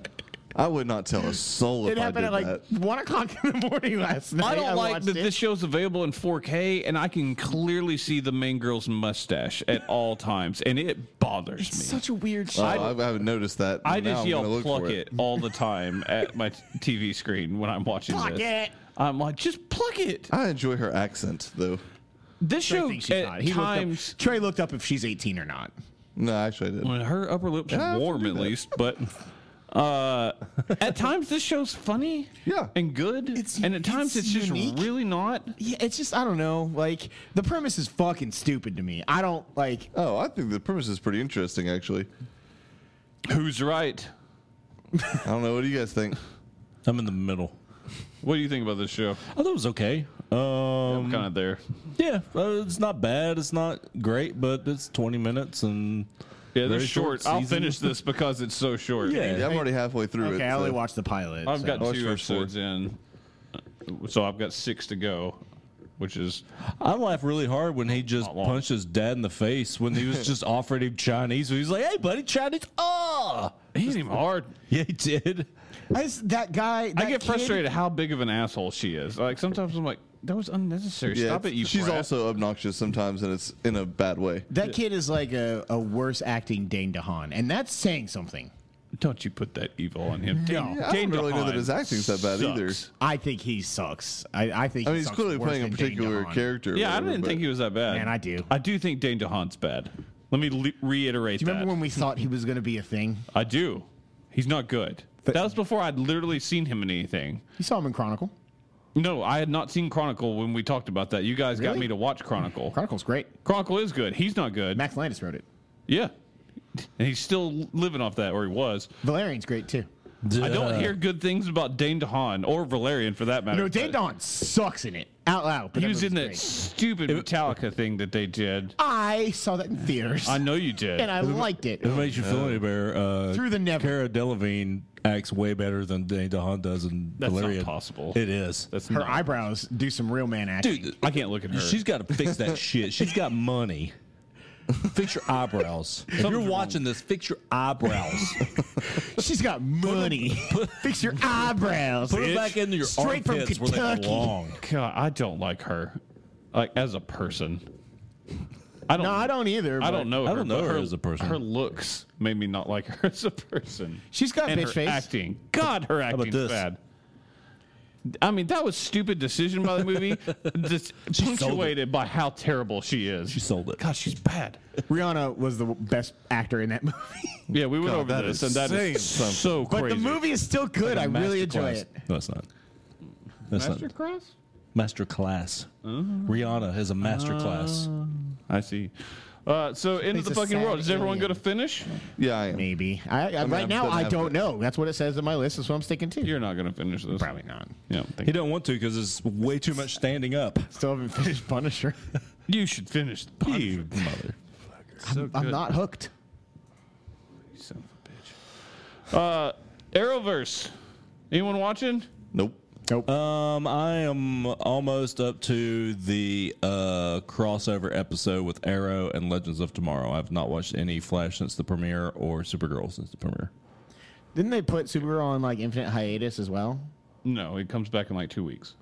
S2: I would not tell a soul
S4: It
S2: if I did
S4: happened at like
S2: that.
S4: one o'clock in the morning last night.
S1: I don't like
S4: watched
S1: that
S4: it.
S1: this show's available in 4K, and I can clearly see the main girl's mustache at all times, and it bothers
S4: It's
S1: me.
S4: such a weird show.
S2: Oh, I, haven't noticed that.
S1: I just
S2: Now I'm gonna
S1: yell
S2: look
S1: "pluck
S2: for
S1: it. all the time at my TV screen when I'm watching
S4: Fuck
S1: this.
S4: it.
S1: I'm like, just pluck it.
S2: I enjoy her accent though.
S1: This
S4: I
S1: show
S4: think she's
S1: at
S4: not. He looked up-
S1: times
S4: Trey looked up if she's 18 or not.
S2: No, actually, I did.
S1: when her upper lips
S2: I
S1: are
S2: have to
S1: warm
S2: do
S1: at
S2: that.
S1: least, but uh, at times this show's funny,
S2: Yeah.
S1: and good,
S4: It's-
S1: and at times
S4: it's
S1: it's,
S4: unique.
S1: just really not.
S4: Yeah, it's just I don't know. Like the premise is fucking stupid to me. I don't like.
S2: Oh, I think the premise is pretty interesting, actually.
S1: Who's right?
S2: I don't know. What do you guys
S1: [laughs]
S2: think?
S3: I'm in the middle.
S1: What do you think about this show?
S3: I thought it was okay.
S1: I'm
S3: Um,
S1: kind of there.
S3: yeah, uh, it's not bad. It's not great, but it's 20 minutes and
S1: Yeah, they're
S3: very
S1: short.
S3: short
S1: I'll
S3: season.
S1: finish this because it's so short.
S2: Yeah, I'm already halfway through
S4: Okay,
S2: it.
S4: I only
S2: so-
S4: watched the pilot.
S1: I've
S4: so.
S1: got
S2: Oh, it's
S1: two
S2: first four.
S1: episodes in, so I've got six to go, which is
S3: I laugh really hard when he just
S1: long.
S3: punched his dad in the face when he [laughs] was just offering him Chinese. He was like, "Hey, buddy, Chinese." Ah,
S1: he's even hard.
S3: yeah, he did.
S4: I just, that guy.
S1: I
S4: that
S1: get
S4: kid-
S1: frustrated how big of an asshole she is. Like sometimes I'm like, that was unnecessary.
S2: Yeah,
S1: Stop
S2: it's-
S1: it, you.
S2: She's
S1: brat.
S2: also obnoxious sometimes, and it's in a bad way.
S4: That kid is like a, a worse acting Dane DeHaan, and that's saying something.
S1: Don't you put that evil on him? No,
S2: Yeah, I don't really know that his acting's that bad either.
S4: I think he sucks. I, I think.
S2: I
S4: he
S2: mean, he's
S4: sucks
S2: clearly
S4: worse
S2: playing a
S4: than Dane
S2: particular
S4: DeHaan.
S2: character. or
S1: Yeah, I
S2: whatever,
S1: didn't
S2: but-
S1: think he was that bad.
S4: Man, I do.
S1: I do think Dane DeHaan's bad. Let me le- reiterate
S4: Do you remember
S1: that. [laughs]
S4: when we thought he was going to be a thing?
S1: I do. He's not good. that was before I'd literally seen him in anything.
S4: You saw him in Chronicle.
S1: No, I had not seen Chronicle when we talked about that. You guys got
S4: Really?
S1: me to watch Chronicle.
S4: Chronicle's great.
S1: Chronicle is good. He's not good.
S4: Max Landis wrote it.
S1: Yeah. And he's still living off that, or he was.
S4: Valerian's great too.
S1: I don't hear good things about Dane DeHaan or Valerian for that matter.
S4: Uh. No, Dane
S1: but-
S4: DeHaan sucks in it. out loud. But
S1: He was
S4: movie's
S1: in that
S4: great.
S1: stupid Metallica thing that they did.
S4: I saw that in theaters,
S1: I know you did.
S4: [laughs] and I liked it.
S3: If it makes you feel any better, uh,
S4: Through the never.
S3: Cara Delevingne acts way better than Dane DeHaan does in
S1: That's not
S3: Valerian.
S1: possible.
S3: It is.
S1: That's
S4: Her
S1: not,
S4: eyebrows do some real man acting.
S3: Dude,
S1: I can't look at her.
S3: she's got to fix [laughs] that shit. She's got money. Fix your eyebrows. If you're watching this, fix your eyebrows. [laughs]
S4: She's
S1: [laughs]
S4: got money. Fix your eyebrows.
S3: Put
S4: bitch.
S3: it back into your
S4: Straight from
S3: armpits where they
S4: Kentucky.
S3: belong.
S1: God, I don't like her, like as a person. I don't.
S4: No, I don't either.
S1: I
S4: but
S1: don't know.
S3: I
S1: Her,
S3: don't know
S1: but
S3: her as a person.
S1: Her looks made me not like her [laughs] as a person.
S4: She's got
S1: and
S4: bitch
S1: her
S4: face.
S1: acting. God, her
S3: about
S1: acting's
S3: this?
S1: bad. I mean, that was stupid decision by the
S3: [laughs]
S1: movie, just
S3: sold it.
S1: punctuated by how terrible she is.
S3: She sold it.
S1: God, she's bad.
S4: Rihanna was the best actor in that [laughs] movie.
S1: Yeah, we went
S2: God,
S1: over
S2: that
S1: this,
S2: is
S1: and that
S2: saying
S1: is
S2: something.
S1: so
S4: But
S1: crazy.
S4: the movie is still good. I really enjoy it.
S3: No, it's not. That's not.
S1: Masterclass.
S3: Master class. Rihanna has a master class.
S1: I see. Uh, so end of
S4: He's
S1: the
S4: a
S1: fucking
S4: sad
S1: world. Is everyone
S4: alien.
S1: going to finish?
S2: Yeah, I am.
S4: Maybe. I, I,
S2: mean,
S4: right
S2: I'm
S4: now,
S2: gonna
S4: I
S2: have
S4: don't
S2: to-
S4: know. That's what it says in my list. That's what I'm sticking to.
S1: You're not going to finish this.
S4: probably not.
S1: Yeah. I don't think
S3: He don't want to because it's way too much standing up.
S4: Still haven't [laughs] finished Punisher.
S1: You should finish. the
S3: You
S1: Punisher.
S3: mother.
S1: So
S4: I'm
S1: good.
S4: not hooked.
S1: You son of a bitch. Uh, Arrowverse. Anyone watching?
S2: Nope.
S4: Nope.
S3: Um, I am almost up to the uh, crossover episode with Arrow and Legends of Tomorrow. I've not watched any Flash since the premiere or Supergirl since the premiere.
S4: Didn't they put Supergirl on like infinite hiatus as well?
S1: No, it comes back in like two weeks.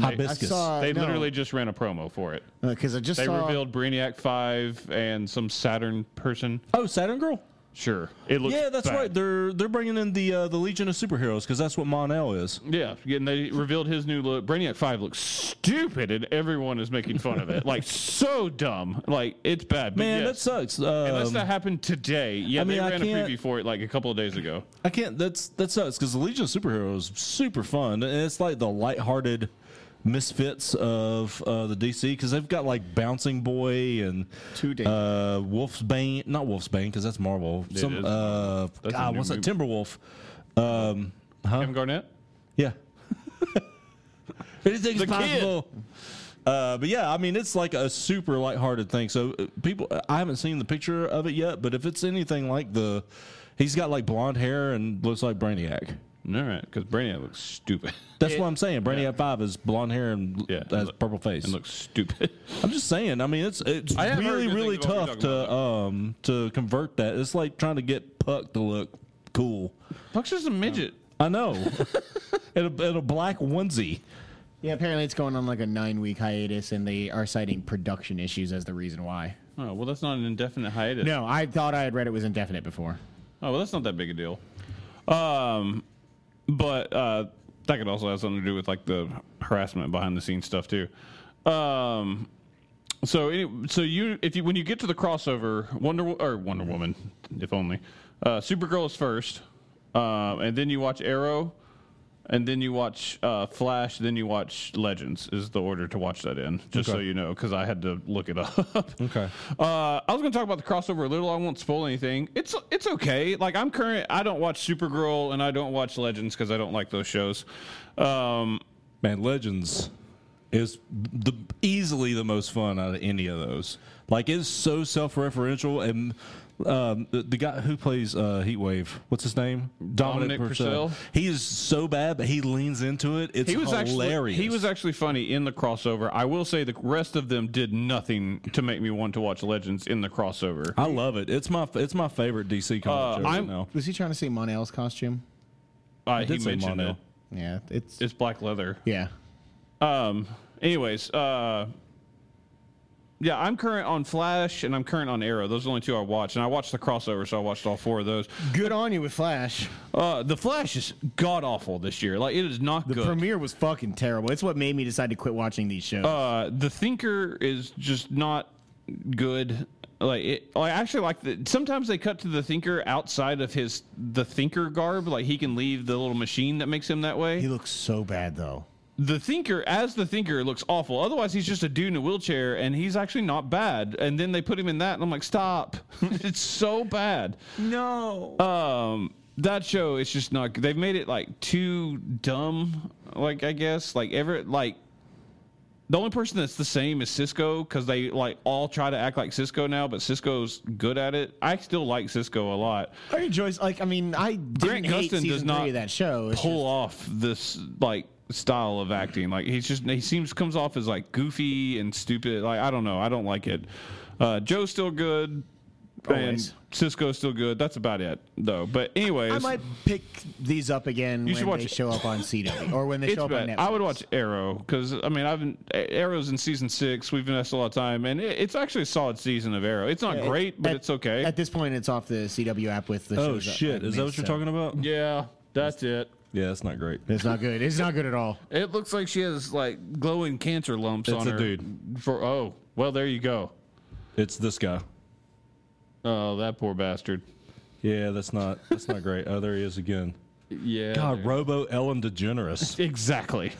S3: Hibiscus.
S1: they literally just ran a promo for it.
S4: because Uh, I just
S1: They
S4: saw,
S1: revealed Brainiac Five and some Saturn person.
S3: oh, Saturn Girl.
S1: Sure, it looks.
S3: Yeah, that's
S1: bad.
S3: right. They're they're bringing in the uh, the Legion of Superheroes because that's what Monel is.
S1: Yeah, and they revealed his new look. Brainiac Five looks stupid, and everyone is making fun
S3: [laughs]
S1: of it. Like so dumb. Like it's bad. But
S3: Man,
S1: yes,
S3: that sucks. Um,
S1: Unless that happened today. Yeah,
S3: I mean,
S1: they
S3: I
S1: ran a
S3: can't-
S1: preview for it like a couple of days ago.
S3: I can't. That's that sucks because the Legion of Superheroes is super fun, and it's like the lighthearted misfits of uh, the DC because they've got like Bouncing Boy and
S4: Too dangerous.
S3: uh, Wolf's Bane, not Wolf's Bane because that's Marvel. Some
S1: is.
S3: uh,
S1: That's a
S3: God,
S1: new
S3: what's that?
S1: movie.
S3: Timberwolf. Um, huh?
S1: Kevin Garnett.
S3: Yeah. Anything's
S1: The kid.
S3: possible. Uh, but yeah, I mean, it's like a super lighthearted thing. So uh, people, I haven't seen the picture of it yet, but if it's anything like the, he's got like blonde hair and looks like Brainiac.
S1: All right, because Brainiac looks stupid. [laughs]
S3: That's what I'm saying. Brainiac Five is blonde hair and
S1: Yeah,
S3: has
S1: look-
S3: purple face.
S1: and looks stupid.
S3: I'm just saying. I mean, it's it's
S1: I have heard
S3: really
S1: good
S3: really
S1: things about what
S3: tough
S1: you're talking
S3: to um to convert that. It's like trying to get Puck to look cool.
S1: Puck's just a midget. [laughs]
S3: I know. in, a, in a black onesie.
S4: yeah, apparently it's going on like a nine week hiatus, and they are citing production issues as the reason why.
S1: Oh well, that's not an indefinite hiatus.
S4: No, I thought I had read it was indefinite before.
S1: Oh well, that's not that big a deal. Um, but uh, that could also have something to do with like the harassment behind the scenes stuff too. Um, so any, so you if you when you get to the crossover Wonder Wo- or Wonder Woman, if only uh, Supergirl is first, uh, and then you watch Arrow, and then you watch uh, Flash, then you watch Legends is the order to watch that in. Just so
S3: Okay.
S1: you know, because I had to look it [laughs] up.
S3: Okay.
S1: Uh, I was going to talk about the crossover a little. I won't spoil anything. It's it's okay. Like I'm current. I don't watch Supergirl and I don't watch Legends because I don't like those shows. Um,
S3: Man, Legends is the easily the most fun out of any of those. Like it's so self-referential, and um, the, the guy who plays uh, Heatwave, what's his name?
S1: Dominic Purcell.
S3: He is so bad, but he leans into it. It's
S1: he was
S3: hilarious.
S1: actually he was actually funny in the crossover. I will say the rest of them did nothing to make me want to watch Legends in the crossover.
S3: I love it. It's my it's my favorite DC
S1: Uh,
S3: comic show
S1: I'm-
S3: right now.
S4: Was he trying to say Monel's costume?
S1: Uh, he
S3: did say
S1: mentioned
S3: Mono.
S1: it.
S4: Yeah, it's,
S1: It's black leather.
S4: yeah.
S1: Um. Anyways, uh, yeah, I'm current on Flash and I'm current on Arrow. Those are the only two I watch, and I watched the crossover, so I watched all four of those.
S4: Good on you with Flash.
S1: Uh, the Flash is god awful this year. Like it is not
S4: The
S1: good.
S4: premiere was fucking terrible. It's what made me decide to quit watching these shows.
S1: uh, the Thinker is just not good. Like it, I actually like the. Sometimes they cut to the Thinker outside of his the Thinker garb. Like he can leave the little machine that makes him that way.
S4: he looks so bad though.
S1: the thinker as the thinker looks awful otherwise he's just a dude in a wheelchair and he's actually not bad and then they put him in that and i'm like stop [laughs] it's so bad
S4: No.
S1: um that show is just not they've made it like too dumb like i guess like ever like the only person that's the same is Cisco because they like all try to act like Cisco now, but Cisco's good at it. I still like Cisco a lot.
S4: I enjoy. Like, I mean, I
S1: Grant
S4: didn't hate
S1: Gustin
S4: season
S1: does not
S4: three of that show. It's
S1: pull off this like style of acting. Like he's just he seems comes off as like goofy and stupid. Like I don't know. I don't like it. Uh, Joe's still good.
S4: Always.
S1: And Cisco's still good. That's about it, though. But anyways,
S4: I might pick these up again
S1: You
S4: when
S1: should watch
S4: they
S1: it.
S4: show up on CW or when they
S1: it's
S4: show up
S1: bad.
S4: on Netflix.
S1: I would watch Arrow because I mean I've been, Arrow's in season six. We've invested a lot of time, and it, it's actually a solid season of Arrow. It's not
S4: At-
S1: great, but
S4: at-
S1: it's okay.
S4: At this point, it's off the CW app with the.
S3: Oh shit! Is that what you're talking about?
S1: yeah, that's it.
S3: Yeah, that's not great.
S4: It's not good. It's not good at all.
S1: It looks like she has like glowing cancer lumps
S3: It's
S1: on
S3: a
S1: her.
S3: dude.
S1: For oh well, there you go.
S3: It's this guy.
S1: Oh, that poor bastard.
S3: Yeah, that's not that's not great. Oh, there he
S1: [laughs]
S3: is again.
S1: Yeah.
S3: God, Robo Ellen DeGeneres.
S1: Exactly.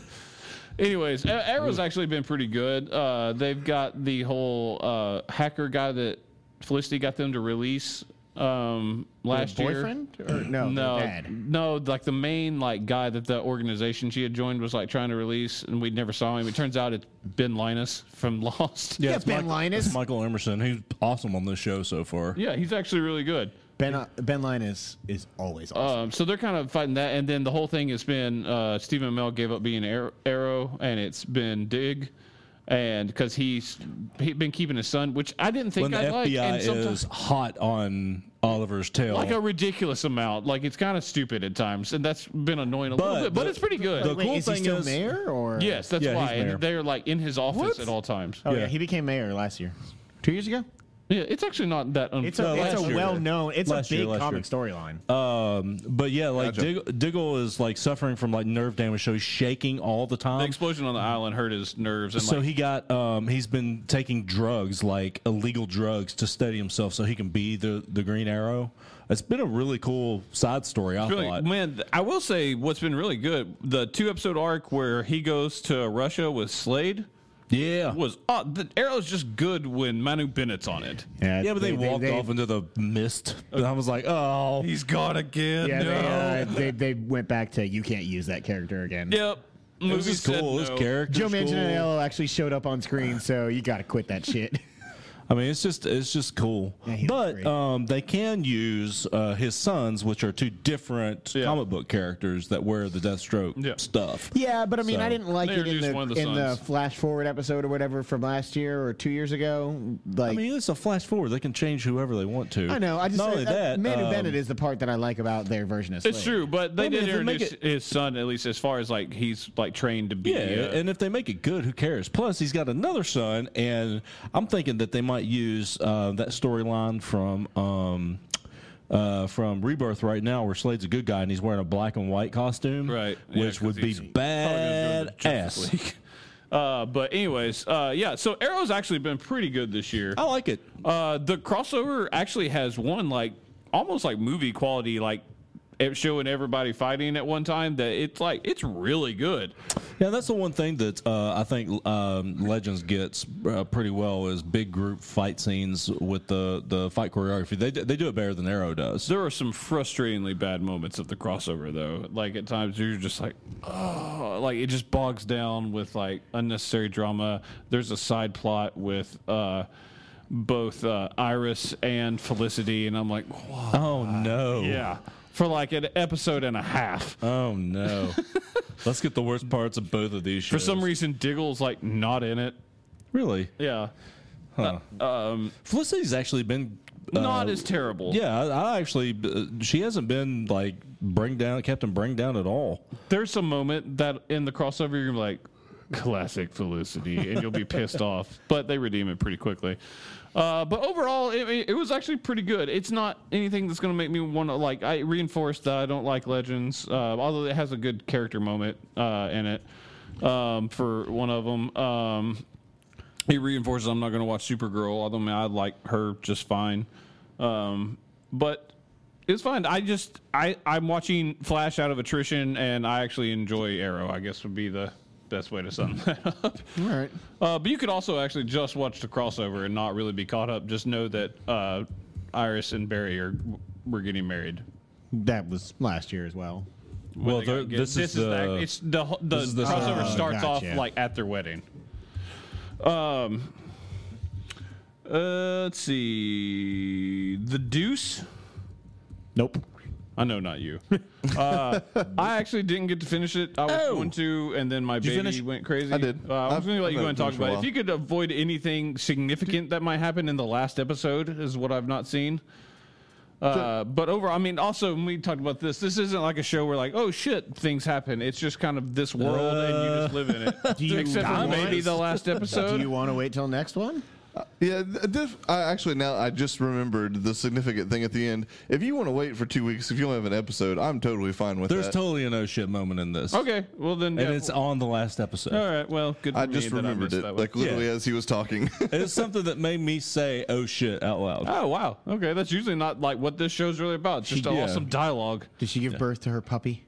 S1: Anyways, A- Arrow's actually been pretty good. Uh, they've got the whole uh, hacker guy that Felicity got them to release um, last year.
S4: Boyfriend Oh, or no?
S1: No,
S4: Dad.
S1: no, like the main like guy that the organization she had joined was like trying to release, and we never saw him. It turns out it's Ben Linus from [laughs] Lost.
S4: Yeah,
S3: it's
S4: Ben
S3: Michael-
S4: Linus.
S3: it's Michael Emerson, who's awesome on this show so far.
S1: yeah, he's actually really good.
S4: Ben uh, Ben Linus is always awesome.
S1: Um, so they're kind of fighting that, and then the whole thing has been uh, Stephen Amell gave up being Ar- Arrow, and it's been Dig, and because he's he been keeping his son, which I didn't think
S3: When the
S1: I like,
S3: FBI
S1: and sometimes
S3: is hot on Oliver's tail,
S1: like a ridiculous amount, like it's kind of stupid at times, and that's been annoying a little bit, but
S3: the-
S1: it's pretty good.
S3: the
S4: Wait,
S3: cool
S4: is
S3: thing
S4: he still
S3: is-
S4: mayor or?
S1: yes, that's
S3: Yeah, he's
S1: why,
S3: mayor.
S1: and they're like in his office at all times.
S4: Oh yeah.
S3: Yeah.
S4: he became mayor last year. Two years ago.
S1: Yeah, it's actually not that. Un-
S4: It's a
S3: No,
S4: it's
S3: last
S4: a
S3: year.
S4: well known. It's
S3: Last
S4: a big
S3: year, last
S4: comic storyline.
S1: Uh,
S3: um, but yeah, like
S2: Gotcha.
S3: Dig- Diggle is like suffering from like nerve damage, so he's shaking all the
S1: the
S3: time.
S1: explosion on the island hurt his nerves, and
S3: so
S1: like,
S3: he got um, he's been taking drugs like illegal drugs to steady himself so he can be the the Green Arrow. It's been a really cool side story. I
S1: Really-
S3: thought.
S1: man, th- I will say what's been really good the two episode arc where he goes to Russia with Slade
S3: Yeah.
S1: was uh, the Arrow's just good when Manu Bennett's on it.
S3: Yeah, but they, walked off into the mist, and I was like, "Oh,
S1: He's gone again.
S4: [laughs] Yeah,
S1: no.
S4: they, uh, they they went back to you can't use that character again.
S1: yep.
S3: it was
S1: Movie
S3: just
S1: said
S3: cool. It was
S1: no.
S3: character.
S4: Joe Manganiello actually showed up on screen, so you got to quit that shit. [laughs]
S3: I mean, it's just it's just cool.
S4: Yeah, he looks
S3: but
S4: great.
S3: um, they can use uh, his sons, which are two different
S1: Yeah.
S3: comic book characters that wear the Deathstroke
S1: Yeah.
S3: stuff.
S4: yeah, but I mean,
S3: So,
S4: I didn't like
S1: they
S4: it in
S1: introduced
S4: the,
S1: one of the
S4: in the
S1: sons.
S4: flash forward episode or whatever from last year or two years ago. Like,
S3: I mean, it's a flash forward. They can change whoever they want to.
S4: I know. I just
S3: not only
S4: uh,
S3: that.
S4: Manu
S3: um,
S4: Bennett is the part that I like about their version of. Slade.
S1: It's true, but they
S3: I mean,
S1: did
S3: if they make
S1: introduce his son at least as far as like he's like trained to be.
S3: Yeah,
S1: uh,
S3: and if they make it good, who cares? Plus, he's got another son, and I'm thinking that they might use uh, that storyline from um, uh, from Rebirth right now, where Slade's a good guy and he's wearing a black and white costume,
S1: Right, yeah,
S3: Which
S1: 'cause
S3: would be
S1: he's probably
S3: bad
S1: gonna join the Justice
S3: ass. [laughs]
S1: League. Uh, but anyways, uh, yeah. So Arrow's actually been pretty good this year.
S3: I like it.
S1: Uh, the crossover actually has one like almost like movie quality, like it showing everybody fighting at one time. That it's like it's really good.
S3: Yeah, that's the one thing that uh, I think um, Legends gets uh, pretty well is big group fight scenes with the, the fight choreography. They d- they do it better than Arrow does.
S1: There are some frustratingly bad moments of the crossover though. Like at times you're just like, oh, like it just bogs down with like unnecessary drama. There's a side plot with. Uh, both uh, Iris and Felicity, and I'm like, wow,
S3: oh no!
S1: yeah, for like an episode and a half.
S3: Oh [laughs] no! Let's get the worst parts of both of these.
S1: For
S3: Shows.
S1: some reason, Diggle's like not in it.
S3: really,
S1: Yeah,
S3: Felicity's actually been uh,
S1: not as terrible.
S3: Yeah, I, I actually uh, she hasn't been like bring down Captain Bring Down at all.
S1: there's some moment that in the crossover you're gonna be like classic Felicity, and you'll be pissed [laughs] off. But they redeem it pretty quickly. Uh, but overall, it, it- it was actually pretty good. It's not anything that's gonna make me want to like. I reinforced that I don't like Legends, uh, although it has a good character moment uh, in it um, for one of them. Um, he reinforces I'm not going to watch Supergirl, although I, mean, I like her just fine. Um, but it's fine. I just I I'm watching Flash out of attrition, and I actually enjoy Arrow. I guess would be the best way to sum [laughs] that up.
S4: All right.
S1: Uh, but you could also actually just watch the crossover and not really be caught up. Just know that uh, Iris and Barry are were getting married.
S4: That was last year as well.
S1: When
S3: Well,
S1: they got
S3: there-
S1: engaged.
S3: this is the-
S1: it's the the
S3: is the
S1: crossover
S4: Oh,
S1: starts
S4: gotcha.
S1: off like at their wedding. Um, uh, let's see. The Deuce.
S5: Nope.
S1: I know, not you. [laughs] Uh, I actually didn't get to finish it. I was going to, and then my baby
S3: finish?
S1: went crazy.
S2: Oh. I did.
S1: Uh, I was
S2: I've-
S1: going to let
S2: I've
S1: you go and
S2: been
S1: talk
S2: finished for a
S1: about it. If
S2: while.
S1: you could avoid anything significant that might happen in the last episode, is what I've not seen. Uh, but overall, I mean, also when we talked about this, this isn't like a show where like, oh shit, things happen. It's just kind of this world, and you just live in it.
S4: you
S1: Except for
S4: want-
S1: maybe the last episode.
S4: Do you want to wait till next one?
S2: Yeah, th- this, I actually now I just remembered the significant thing at the end. If you want to wait for two weeks, if you only have an episode, I'm totally fine with
S3: There's
S2: that.
S3: totally a no shit moment in this.
S1: okay, well then,
S3: And
S1: yeah.
S3: it's on the last episode.
S1: all right. Well, good. For
S2: I just
S1: me that
S2: remembered
S1: missed
S2: it,
S1: that one.
S2: like literally
S3: Yeah.
S2: as he was
S1: [laughs]
S2: talking.
S3: It's something that made me say "oh shit" out loud.
S1: Oh wow. Okay, that's usually not like what this show's really about. It's just
S3: Yeah.
S1: awesome dialogue.
S4: Did she give birth to her puppy?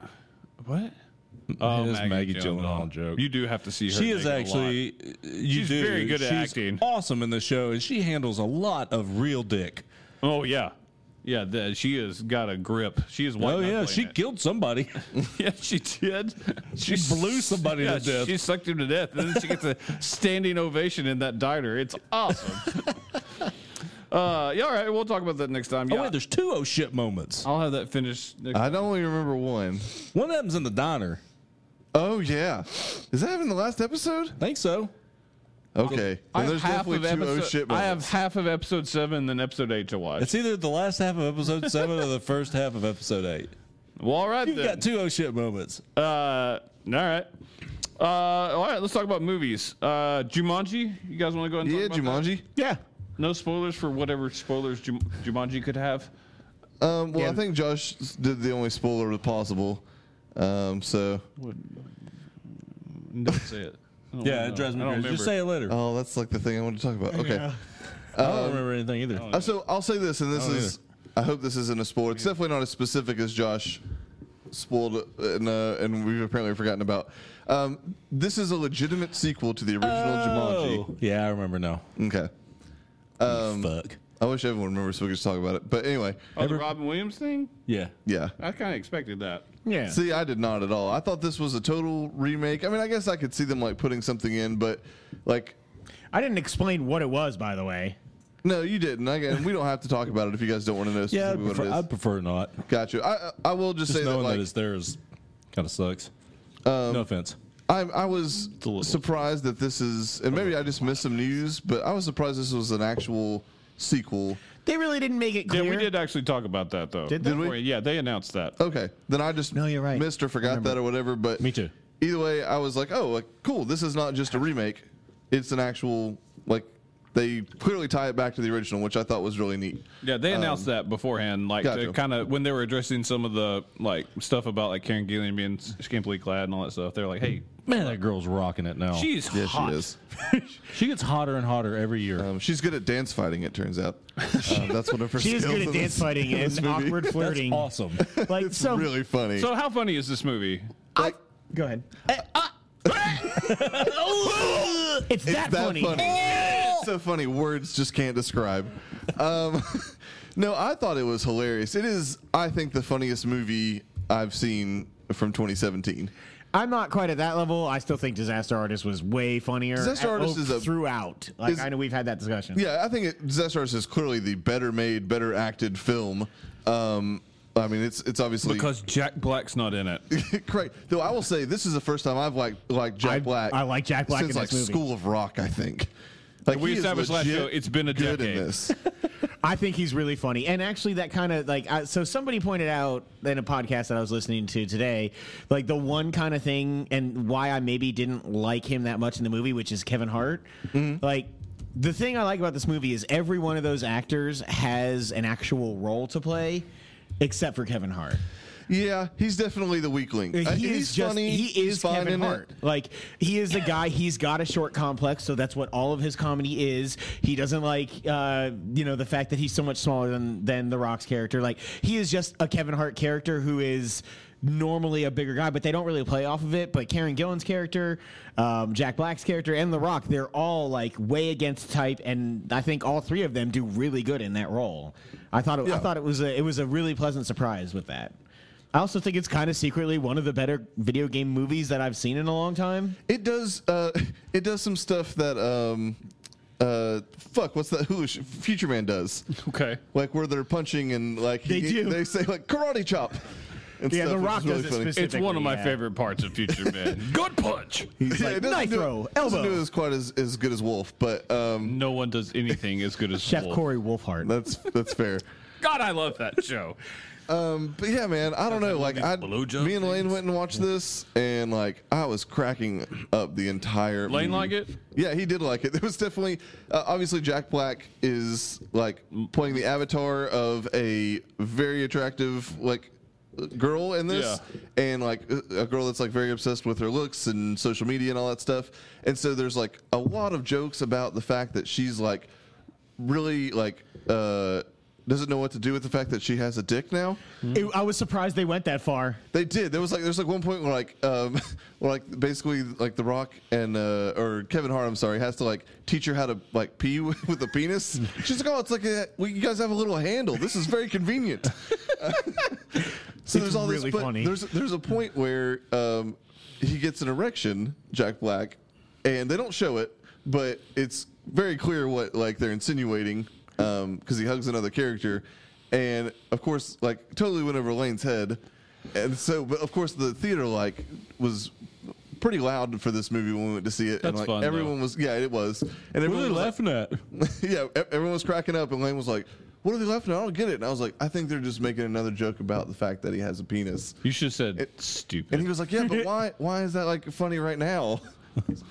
S1: What? Oh,
S3: It is Maggie Gyllenhaal joke.
S1: You do have to see her.
S3: she is
S1: naked a lot.
S3: actually you
S1: She's
S3: do,
S1: very good at
S3: she's
S1: acting.
S3: Awesome in the show, and she handles a lot of real dick.
S1: Oh yeah, yeah. The, she has got a grip. She is white.
S3: oh yeah, she [laughs]
S1: killed. [laughs]
S3: killed somebody. Oh,
S1: yeah, she [laughs] did.
S3: She blew somebody
S1: yeah,
S3: to death.
S1: She sucked him to death, and then she gets a standing ovation in that diner. It's awesome.
S3: [laughs]
S1: uh, yeah. All right, we'll talk about that next time.
S3: Oh
S1: Yeah,
S3: wait, there's two "oh shit" moments.
S1: I'll have that finished next.
S2: I don't only remember one.
S3: One of them's in the diner.
S2: Oh yeah, is that even the last episode?
S3: I think so.
S2: Okay,
S1: I
S2: then
S1: have,
S2: there's
S1: half
S2: definitely
S1: of
S2: two oh
S1: episode,
S2: shit
S1: I have
S2: moments.
S1: half of episode seven and then episode eight to watch.
S3: It's either the last half
S1: [laughs]
S3: of episode seven or the first half of episode eight.
S1: well, all right
S3: You've
S1: then.
S3: got two "oh shit" moments.
S1: Uh, all right. Uh, all right. Let's talk about movies. Uh, Jumanji. You guys want to go ahead and
S2: yeah,
S1: talk about that?
S2: Jumanji.
S4: Yeah.
S1: No spoilers for whatever spoilers Jum- Jumanji could have.
S2: Um, well,
S4: Yeah.
S2: I think Josh s- did the only spoiler possible. Um, so,
S1: Don't say it. I don't
S3: Yeah,
S1: know. Uh,
S3: it drives me
S1: I don't
S3: crazy. Just
S1: remember.
S3: say it later.
S2: oh, that's like the thing I wanted to talk about. Okay.
S3: I don't remember anything either.
S2: Uh, so I'll say this, and this
S3: don't
S2: is. I hope this isn't a spoiler. It's definitely not as specific as Josh spoiled, it, and uh, and we've apparently forgotten about. Um, this is a legitimate sequel to the original
S3: Oh, yeah, I remember now.
S2: Jumanji. Okay.
S1: Um,
S3: Fuck.
S2: I wish everyone remembers so we could just talk about it. But anyway,
S1: Oh, the Robin Williams thing.
S3: Yeah.
S2: yeah.
S1: I kind of expected that.
S4: Yeah.
S2: See, I did not at all. I thought this was a total remake. I mean, I guess I could see them like putting something in, but like,
S5: I didn't explain what it was, by the way.
S2: no, you didn't. I, and we don't have to talk about it if you guys don't want to know
S3: Yeah, I'd
S2: specifically
S3: prefer,
S2: what it
S3: I'd
S2: is.
S3: prefer not.
S2: Gotcha. I I I will just,
S3: Just
S2: say that
S3: knowing that,
S2: like Um,
S3: it's there is kind of sucks. no offense.
S2: I, I was
S1: little-
S2: surprised that this is, and maybe I just missed some news, but I was surprised this was an actual sequel.
S4: They really didn't make it
S1: Yeah,
S4: clear.
S1: we did actually talk about that though.
S4: Did they?
S1: Don't worry. Yeah, they announced that.
S2: Okay, then I just
S4: No, you're right.
S2: missed or forgot that or whatever. But
S3: Me too.
S2: Either way, I was like, oh, like, cool. This is not just a remake; it's an actual like they clearly tie it back to the original, which I thought was really neat.
S1: Yeah, they announced that beforehand, like
S2: Um, gotcha.
S1: kind of when they were addressing some of the like stuff about like Karen Gillian being s- scantily clad and all that stuff. They're like, "Hey,
S3: Man, that girl's rocking it now.
S1: she's
S2: Oh, Yeah,
S1: hot."
S2: she is.
S3: she gets hotter and hotter every year.
S2: Um, she's good at dance fighting. It turns out Uh, that's one of her.
S5: She is
S2: skills
S5: good
S2: in
S5: at dance
S2: this-
S5: fighting
S2: in this
S5: and
S2: movie.
S5: awkward
S3: That's
S5: flirting.
S4: [laughs]
S3: awesome.
S5: Like
S2: It's
S5: so,
S2: really funny.
S1: So, how funny is this movie?
S4: I, go ahead.
S3: Eh, uh,
S4: [laughs] it's that,
S2: that
S4: funny.
S5: [laughs]
S2: funny. It's so funny. Words just can't describe. Um, [laughs] no, I thought it was hilarious. It is, I think, the funniest movie I've seen from 2017.
S4: I'm not quite at that level. I still think Disaster Artist was way funnier.
S2: Disaster
S4: at-
S2: Artist is a-
S4: throughout. Like
S2: is-
S4: I know we've had that discussion.
S2: Yeah, I think it, Disaster Artist is clearly the better made, better acted film. Um, I mean, it's it's obviously [laughs]
S1: Because Jack Black's not in it.
S2: correct. Though I will say, this is the first time I've liked like Jack
S5: I-
S2: Black.
S5: I like Jack Black
S2: since
S5: in
S2: like
S5: this movie.
S2: School of Rock. I think. Like
S1: We
S2: he is
S1: established last
S2: legit
S1: show, it's been a
S2: good
S1: decade.
S2: in this.
S4: I think he's really funny. And actually, that kind of like, I, so somebody pointed out in a podcast that I was listening to today, like the one kind of thing and why I maybe didn't like him that much in the movie, which is Kevin Hart. Like, the thing I like about this movie is every one of those actors has an actual role to play. Except for Kevin Hart,
S2: Yeah, he's definitely the weak link.
S4: he
S2: Uh,
S4: is
S2: he's
S4: just
S2: funny.
S4: he
S2: he's
S4: is
S2: fine
S4: Kevin
S2: in it.
S4: Hart. Like he is the guy. He's got a short complex, so that's what all of his comedy is. He doesn't like uh, you know the fact that he's so much smaller than than the Rock's character. Like he is just a Kevin Hart character who is normally a bigger guy, but they don't really play off of it. But Karen Gillan's character, um, Jack Black's character, and The Rock, they're all like way against type, and I think all three of them do really good in that role. I thought it, I
S2: Yeah.
S4: thought it was a it was a really pleasant surprise with that. I also think it's kind of secretly one of the better video game movies that I've seen in a long time.
S2: It does. Uh, it does some stuff that. Um, uh, fuck. What's that? Who Future Man does?
S1: Okay.
S2: Like where they're punching and like
S4: They do.
S2: They say like karate chop. and
S4: Yeah, The
S2: which
S4: Rock
S2: is really
S4: does it
S2: funny.
S4: specific-
S1: It's one of my
S4: yeah.
S1: favorite parts of Future
S2: [laughs]
S1: Man. Good punch.
S2: [laughs] Yeah,
S4: [laughs]
S2: it
S4: like,
S2: doesn't
S4: knife
S2: do-
S4: throw,
S2: Doesn't do
S4: elbow.
S2: it as quite as, as good as Wolf, but um,
S1: No one does anything as good as
S4: Chef
S1: Wolf.
S4: Corey Wolfhart.
S2: that's
S4: [laughs]
S2: that's fair.
S1: God, I love that show.
S2: Um, but yeah, man, I don't know. Like, I, me
S1: Blow
S2: and
S1: job
S2: Lane went and watched this, and like, I was cracking up the entire.
S1: Lane
S2: movie.
S1: like it?
S2: Yeah, he did like it. [laughs] There was definitely, uh, obviously, Jack Black is like playing the avatar of a very attractive like girl in this, and like a a girl that's like very obsessed with her looks and social media and all that stuff. And so there's like a lot of jokes about the fact that she's like really like uh doesn't know what to do with the fact that she has a dick now.
S4: It- I was surprised they went that far.
S2: They did. There was like there's like one point where like um [laughs] where like basically like The Rock and uh or Kevin Hart I'm sorry has to like teach her how to like pee [laughs] with, with a penis. She's like, oh, it's like a, well, you guys have a little handle. This is very convenient. [laughs] so
S4: It's really
S2: but
S4: funny.
S2: There's there's a point where um he gets an erection, Jack Black, and they don't show it, but it's very clear what like they're insinuating because he hugs another character, and of course like totally went over Lane's head, and so but of course the theater like was pretty loud for this movie when we went to see it,
S1: That's
S2: and like
S1: fun, though.
S2: everyone was yeah it was, and
S3: What are
S2: everyone
S3: they
S2: was, like-
S3: laughing
S2: [laughs]
S3: at?
S2: yeah, e- everyone was cracking up, and Lane was like, "What are they laughing at? I don't get it." And I was like, "I think they're just making another joke about the fact that he has a penis."
S1: You should have said
S2: It-
S1: stupid.
S2: And he was like, "Yeah, but why? Why is that like funny right now?" [laughs]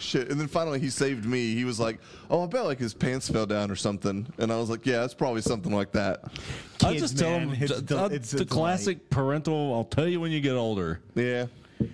S2: Shit. And then finally, he saved me. He was like, "Oh, I bet like his pants fell down or something." And I was like, "Yeah, it's probably something like that."
S3: I
S4: Kids,
S3: just tell
S4: man,
S3: them
S4: it's
S3: it's,
S4: del- it's a
S3: the
S4: delight.
S3: classic parental. I'll tell you when you get older.
S2: Yeah.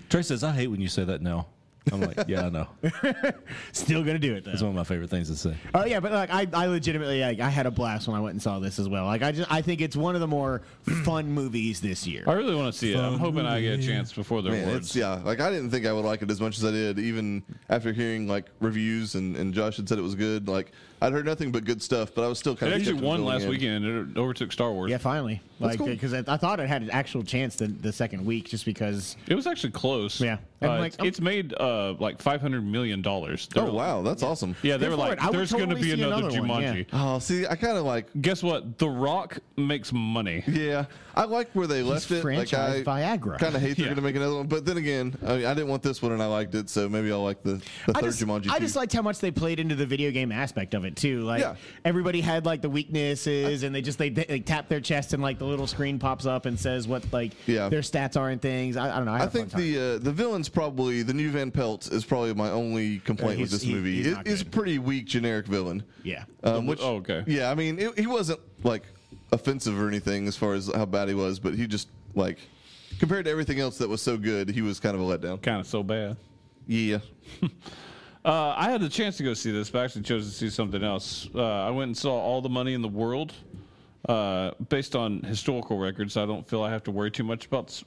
S3: Trey says, "I hate when you say that now." I'm like,
S4: [laughs]
S3: "Yeah, I know." It's
S4: Still gonna do it though.
S3: one of my favorite things to say.
S4: Oh yeah, but like I, I legitimately like I had a blast when I went and saw this as well. Like I just I think it's one of the
S2: [clears throat]
S4: more fun movies this year.
S1: I really want to see it. I'm hoping I get a chance before the
S2: Man,
S1: awards.
S2: it's yeah. Like I didn't think I would like it as much as I did, even after hearing like reviews and, and Josh had said it was good. Like I'd heard nothing but good stuff, but I was still kind
S1: It
S2: of
S1: actually won last weekend and it overtook Star Wars.
S4: Yeah, finally. Like
S2: cool.
S4: because I, I thought it had an actual chance the, the second week just because
S1: It was actually close.
S4: Yeah.
S1: Uh,
S4: And, like,
S1: it's,
S4: I'm-
S1: it's made uh, like five hundred million dollars.
S2: Oh wow, that's awesome.
S1: Yeah, they
S4: Good
S1: were
S4: for
S1: like,
S4: it. I would
S1: "There's going
S4: totally
S1: to be
S4: see
S1: another,
S4: another one,
S1: Jumanji."
S2: Oh, see, I kind of like
S1: Guess what? The Rock makes
S4: [laughs]
S1: money.
S2: Yeah, I like where they left it. Like I
S4: franchised Viagra.
S2: Kind of hate they're
S1: Yeah.
S2: going to make another one, but then again, I, mean, I didn't want this one and I liked it, so maybe I'll like the, the
S4: I
S2: third
S4: just,
S2: Jumanji.
S4: I
S2: too.
S4: just liked how much they played into the video game aspect of it too. Like
S2: Yeah.
S4: everybody had like the weaknesses, and they just they, they tap their chest, and like the little screen pops up and says what like
S2: Yeah.
S4: their stats are and things. I, I don't know. I,
S2: I
S4: had a fun
S2: think
S4: time.
S2: the uh, the villain's probably the new Van Pelt is probably my only complaint with
S4: Uh, he's-
S2: this
S4: he-
S2: movie.
S4: he's
S2: It
S4: not
S2: is
S4: good.
S2: pretty weak generic villain.
S4: yeah.
S2: Um, which,
S1: oh, okay.
S2: Yeah, I mean, it, he wasn't like offensive or anything as far as how bad he was, but he just like compared to everything else that was so good, he was kind of a letdown.
S1: Kind of so bad.
S2: Yeah.
S1: Uh, I had the chance to go see this, but I actually chose to see something else. Uh, I went and saw All the Money in the World. Uh, based on historical records, I don't feel I have to worry too much about s-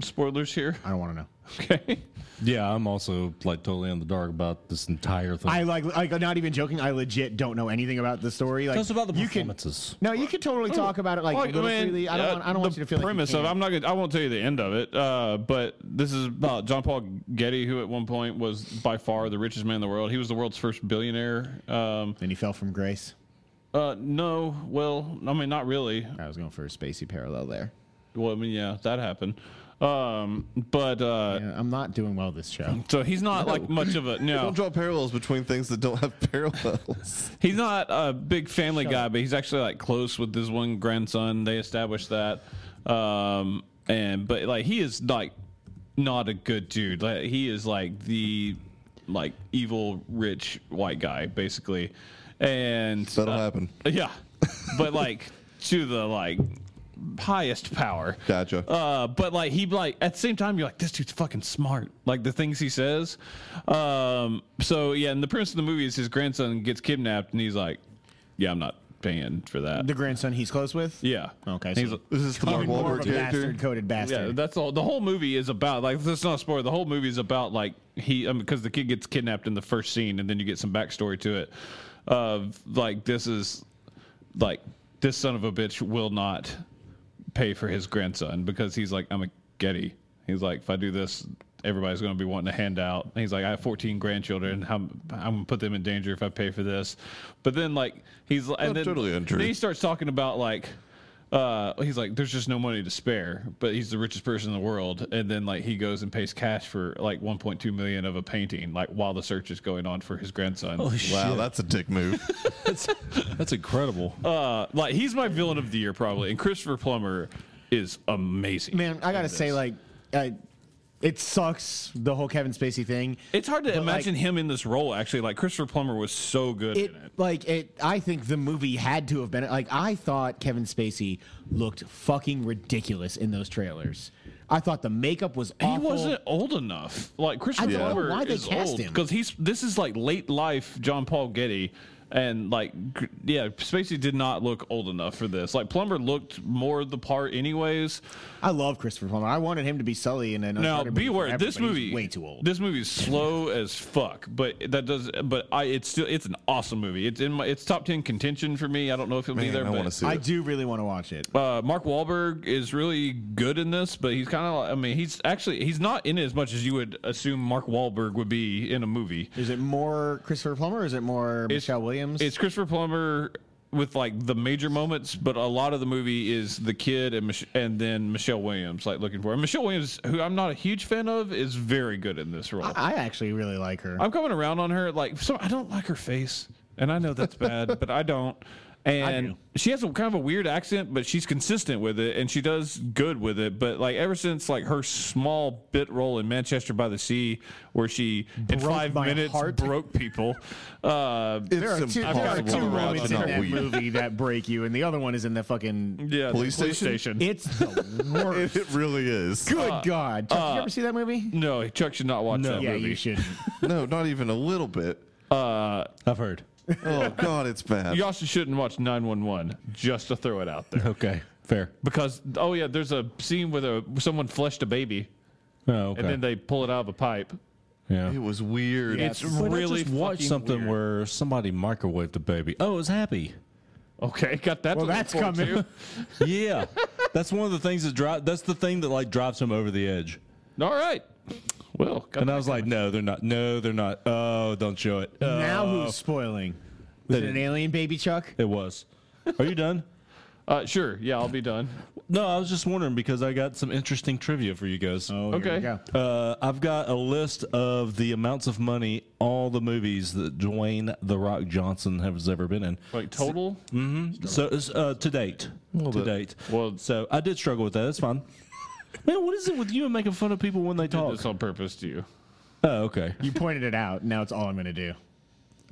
S1: spoilers here. [laughs]
S4: I don't want to know.
S1: Okay.
S3: Yeah, I'm also like totally in the dark about this entire thing.
S4: I like like not even joking. I legit don't know anything about the story. Like
S3: Tell us about the
S4: you can-
S3: performances.
S4: no, you could totally talk about it like a
S1: Well,
S4: little
S1: Oh, I mean,
S4: freely. I don't.
S1: uh,
S4: want, I don't
S1: the
S4: want you to feel
S1: premise
S4: like you
S1: of.
S4: can.
S1: I'm not. Gonna, I won't tell you the end of it. Uh, but this is about John Paul Getty, who at one point was by far the richest man in the world. He was the world's first billionaire. Um,
S4: And he fell from grace.
S1: uh, no, well, I mean, not really.
S4: I was going for a spacey parallel there.
S1: Well, I mean, yeah, that happened. Um, but uh,
S4: Yeah, I'm not doing well this show.
S1: so he's not like much of a no.
S4: Oh.
S2: Don't draw parallels between things that don't have [laughs] parallels.
S1: He's not a big family guy, but he's actually like close with his one grandson. They established that. Um, and but like he is like not a good dude. Like he is like the like evil rich white guy basically. And
S2: That'll happen.
S1: yeah. But like to the like highest power.
S2: Gotcha.
S1: Uh, but like he like at the same time you're like this dude's fucking smart. Like the things he says. Um, so yeah, and the premise of the movie is his grandson gets kidnapped and he's like, yeah, I'm not paying for that.
S4: The grandson he's close with.
S1: yeah.
S4: Okay,
S1: And he's
S4: so-
S1: like,
S2: This is the Mark
S4: Even more of
S2: Wahlberg
S4: a
S2: character.
S4: bastard coded
S1: yeah,
S4: bastard.
S1: that's all. The whole movie is about like that's not a spoiler. The whole movie is about like he because the kid gets kidnapped in the first scene, and then you get some backstory to it of like this is like this son of a bitch will not pay for his grandson because he's like I'm a Getty. He's like, if I do this, everybody's going to be wanting a handout. And he's like, I have 14 grandchildren. How, I'm going to put them in danger if I pay for this. But then, like, he's and
S2: Oh,
S1: then,
S2: totally untrue.
S1: Then he starts talking about like. Uh, he's like, there's just no money to spare, but he's the richest person in the world. And then like he goes and pays cash for like 1.2 million of a painting, like while the search is going on for his grandson.
S2: Wow, that's a dick move.
S1: [laughs]
S3: That's incredible.
S1: Uh, like he's my villain of the year probably, and Christopher Plummer is amazing.
S4: Man, I gotta say, like, uh, it sucks the whole Kevin Spacey thing.
S1: It's hard to
S4: But,
S1: imagine
S4: like-
S1: him in this role. Actually, like Christopher Plummer was so good
S4: It
S1: in it.
S4: like it. I think the movie had to have been like I thought Kevin Spacey looked fucking ridiculous in those trailers. I thought the makeup was awful.
S1: He wasn't old enough. Like Christopher
S4: I don't know
S1: Plummer
S4: why they
S1: is
S4: cast
S1: old
S4: him.
S1: because he's this is like late life John Paul Getty, and like gr- yeah, Spacey did not look old enough for this. Like Plummer looked more the part, anyways.
S4: I love Christopher Plummer. I wanted him to be Sully in an
S1: Now
S4: Uncharted movie
S1: be aware,
S4: forever,
S1: this
S4: but he's
S1: movie
S4: way too old.
S1: This movie's
S4: [laughs]
S1: slow as fuck, but that does. But I, it's still it's an awesome movie. It's in my it's top ten contention for me. I don't know if it'll be
S2: Man,
S1: there.
S2: I want to
S1: but
S2: see
S4: I
S2: it.
S4: do really want to watch it.
S1: uh, Mark Wahlberg is really good in this, but he's kind of. I mean, he's actually he's not in it as much as you would assume Mark Wahlberg would be in a movie.
S4: Is it more Christopher Plummer? Or is it more Michelle Williams?
S1: It's Christopher Plummer with like the major moments, but a lot of the movie is the kid and Mich- and then Michelle Williams like looking for. And Michelle Williams, who I'm not a huge fan of, is very good in this role.
S4: I actually really like her.
S1: I'm coming around on her. Like, so I don't like her face, and I know that's bad, but I don't. And she has a kind of a weird accent, but she's consistent with it, and she does good with it. But like ever since like her small bit role in Manchester by the Sea, where she in five
S4: my
S1: minutes
S4: heart.
S1: broke people, uh,
S2: It's
S4: Two, there are
S2: impossible
S4: two
S2: to watch
S4: moments
S2: and
S4: in
S2: not
S4: that
S2: weep.
S4: movie that break you, and the other one is in the
S1: [laughs]
S4: fucking.
S1: yeah, the
S2: Police station?
S4: It's the worst.
S2: It really is.
S4: Good God! Chuck, did you ever see that movie?
S1: No, Chuck should not watch that
S4: yeah,
S1: movie.
S4: you should.
S2: No, not even a little bit.
S3: I've heard.
S1: [laughs]
S2: Oh God, it's bad.
S1: You also shouldn't watch 911. Just to throw it out there,
S3: [laughs] Okay, fair.
S1: because oh yeah, there's a scene where the, someone fleshed a baby,
S3: Oh, okay.
S1: and then they pull it out of a pipe.
S3: yeah.
S2: It was weird.
S1: It's
S3: But I
S1: really
S3: just watched
S1: fucking
S3: something
S1: weird.
S3: where somebody microwaved a baby. Oh, it
S1: [laughs]
S3: was happy.
S1: Okay, got that.
S4: Well,
S1: to look
S4: that's
S1: forward
S4: coming.
S3: Yeah, that's one of the things that drive. That's the thing that like drives him over the edge.
S1: to. All right. Well, got
S3: And I was like, no, they're not. No, they're not. Oh, don't show it. Uh,
S4: now who's spoiling? Was it an alien baby, Chuck?
S3: it was. Are you done? [laughs]
S1: uh, sure. Yeah, I'll be done.
S3: No, I was just wondering because I got some interesting trivia for you guys.
S4: Oh,
S1: Okay.
S3: Uh, I've got a list of the amounts of money all the movies that Dwayne the Rock Johnson has ever been in.
S1: Like total.
S3: So it's, uh, to date, to date.
S1: Well-
S3: so I did struggle with that. That's fine. [laughs] Man, what is it with you and making fun of people when they
S1: Did
S3: talk?
S1: this on purpose to you.
S3: Oh, okay.
S4: You pointed it out. Now it's all I'm going to do.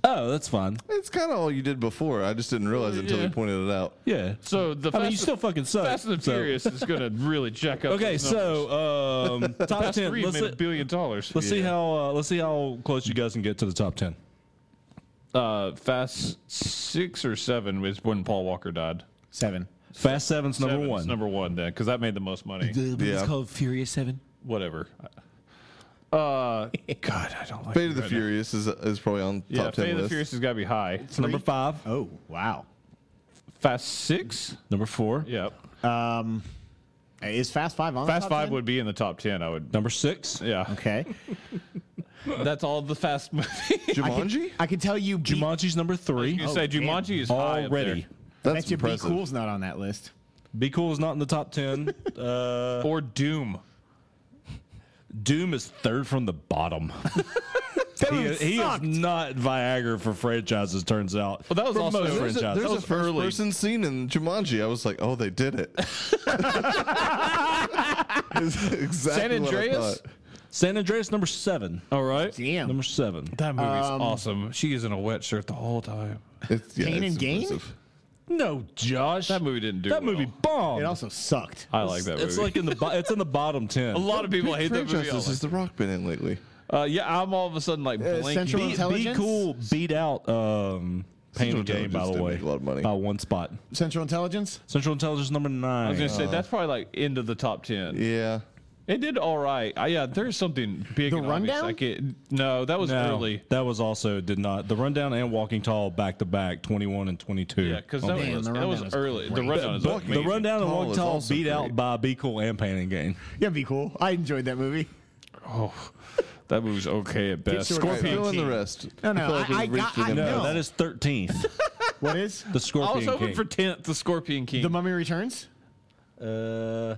S3: Oh, that's fine.
S2: It's kind of all you did before. I just didn't realize it until
S1: Yeah.
S2: you pointed it out.
S3: Yeah.
S1: So the
S3: I mean,
S1: Fast
S3: you still
S1: and-
S3: fucking suck.
S1: Fast and the
S3: so-
S1: Furious is gonna really jack up.
S3: Okay,
S1: those numbers.
S3: so um, [laughs] top
S1: Fast
S3: ten.
S1: Three
S3: Let's,
S1: made a
S3: see-
S1: billion dollars.
S3: let's see how uh, let's see how close you guys can get to the top ten.
S1: Uh, Fast six or seven was when Paul Walker died.
S4: Seven.
S3: Fast Seven's number
S1: Seven's
S3: one.
S1: Number one, then, because that made the most money.
S2: Yeah.
S6: called Furious Seven.
S1: Whatever. Uh, God, I don't like.
S2: Fate of
S1: it right
S2: the
S1: now.
S2: Furious is is probably on top
S1: Yeah,
S2: ten
S1: Fate of the
S2: list.
S1: Furious has got to be high.
S3: number five.
S4: Oh, wow.
S1: Fast six.
S3: Number four.
S1: Yep.
S4: Um, is Fast Five on? the
S1: Fast
S4: top
S1: Five
S4: 10?
S1: would be in the top ten. I would.
S3: Number six.
S1: Yeah,
S4: Okay.
S1: that's all the Fast [laughs] movies.
S2: Jumanji?
S4: I can tell you. Beat,
S3: Jumanji's number three.
S1: you say
S4: damn.
S1: Jumanji is high up
S3: already.
S2: That's
S4: bet you Be
S2: impressive.
S4: Cool's not on that list.
S3: Be cool is not in the top [laughs] ten. uh,
S1: there. or Doom.
S3: Doom is third from
S2: [laughs]
S3: the bottom. he is, he is not Viagra for franchises. Turns out.
S1: Well, that was
S3: For
S1: also-
S3: most
S2: There's a,
S3: franchises.
S2: there's a
S1: was
S2: first
S1: early.
S2: person scene in Jumanji. I was like, oh, they
S1: [laughs]
S2: did it. [laughs] It's exactly
S1: San
S2: what I
S1: Andreas?
S2: thought.
S3: San Andreas number seven.
S1: All right.
S4: Damn.
S3: Number seven.
S1: Oh, That movie's awesome. She is in a wet shirt the whole time.
S2: It's, yeah,
S4: Pain
S2: it's
S4: and Gain?
S2: impressive.
S3: No, Josh.
S1: That movie didn't do.
S3: That
S1: well.
S3: movie bombed.
S4: it also sucked.
S1: I like that movie.
S3: It's like in the bo- it's in
S1: [laughs]
S3: the bottom ten.
S1: a lot of people hate that movie. I
S2: Franchises has The Rock been in lately?
S1: like- Uh, yeah, I'm all of a sudden like blank.
S4: Central
S1: Be-
S4: Intelli-
S3: Be
S4: Intelligence?
S3: cool beat out um, Pain and
S2: Central
S3: Game by
S2: Intelligence
S3: the
S2: did
S3: way
S2: make a lot of money.
S3: by one spot.
S4: Central Intelligence.
S3: Central Intelligence number
S1: I was
S3: nine.
S1: gonna say that's probably like into the top ten.
S2: Yeah.
S1: It did all right. I, yeah, there's something big.
S4: The
S1: and obvious.
S4: rundown?
S1: I can't- no, that was
S3: No,
S1: early.
S3: that was also did not the rundown and walking tall back to back, twenty one and Oh, twenty two.
S1: Yeah, because that,
S4: man,
S1: was
S4: the
S1: that was
S4: rundown is
S1: early. The
S4: great.
S1: rundown is
S2: But-
S1: amazing.
S3: the rundown and
S2: Tall
S3: walking
S2: is
S3: tall
S2: also
S3: beat out
S2: great.
S3: by Be Cool and Painting Game.
S4: Yeah, be cool. I enjoyed that movie.
S1: That movie's okay at best.
S4: Sure,
S2: Scorpion.
S4: right.
S2: Fill in the rest.
S4: No, no,
S2: feel
S4: I-
S2: like we've
S4: I got-
S2: reached an
S4: I-
S2: end.
S3: No,
S4: No.
S3: that is thirteenth.
S4: What
S1: [laughs]
S4: is?
S3: The
S1: I was
S3: Scorpion
S1: hoping
S3: King.
S1: for tenth. The Scorpion King.
S4: The Mummy Returns?
S3: Uh,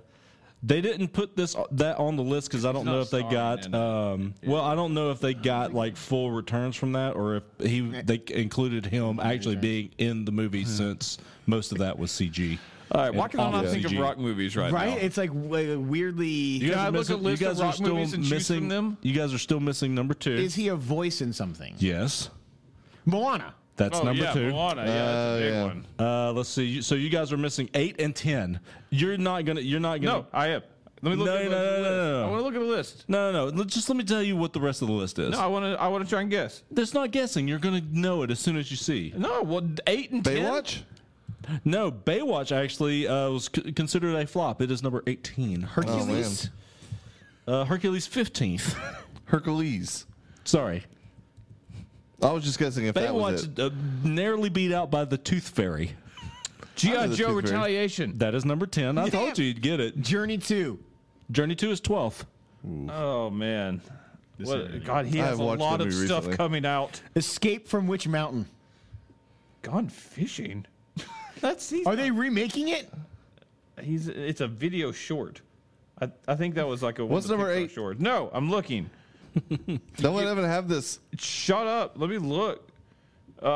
S3: they didn't put this that on the list because I don't
S1: not
S3: know if they
S1: starring
S3: got.
S1: in it.
S3: Um, Well, I don't know if they got like full returns from that, or if he they included him actually being in the movie
S1: Hmm.
S3: since most of that was CG.
S1: all right, why
S3: And
S1: can I
S3: all
S1: not
S3: the
S1: think of
S3: CG.
S1: rock movies right,
S4: Right?
S1: now?
S4: It's like w- weirdly.
S3: You
S1: Can
S3: guys
S1: I
S3: are
S1: look at
S3: missing-
S1: lists
S3: you
S1: of
S3: guys are
S1: rock
S3: still
S1: movies and choose from
S3: missing
S1: them?
S3: You guys are still missing number two.
S5: Is he a voice in something?
S3: yes,
S5: Moana.
S3: that's
S1: oh,
S3: number
S1: yeah,
S3: two.
S1: Moana. Yeah, that's a
S2: Uh,
S1: big
S2: yeah.
S1: one.
S3: Uh, let's see. you- So you guys are missing eight and ten. You're not gonna. You're not gonna.
S1: No, I am. Let me look
S3: No,
S1: at the
S3: no,
S1: list.
S3: no, no, no.
S1: I want to look at the list.
S3: No, no, no. Let- Just let me tell you what the rest of the list is.
S1: No, I want to. I want to try and guess.
S3: That's not guessing. You're gonna know it as soon as you see.
S1: No, well, eight and ten.
S2: Baywatch?
S3: No, Baywatch actually uh, was c- considered a flop. It is number 18.
S2: Oh, man.
S3: Hercules. uh, Hercules 15th.
S2: Hercules.
S3: Sorry.
S2: I was just guessing if that was it.
S3: Baywatch uh, narrowly beat out by The Tooth Fairy.
S1: GI
S2: the
S1: Joe
S2: two very-
S1: Retaliation.
S3: That is number 10. I told you you'd get it.
S5: Journey 2.
S3: Journey 2 is 12th.
S1: Oh man. What, God, he
S2: I
S1: has
S2: have
S1: a
S2: watched
S1: lot
S2: that
S1: of
S2: movie
S1: stuff
S2: recently.
S1: coming out.
S5: Escape from Witch Mountain.
S1: Gone fishing. That's he's,
S5: Are they remaking it?
S1: he's. It's a video short. I, I think that was like a. one
S2: What's
S1: of the
S2: number
S1: Pixar
S2: eight?
S1: Short. No, I'm looking.
S2: Don't let Evan have this.
S1: Shut up. Let me look. Uh.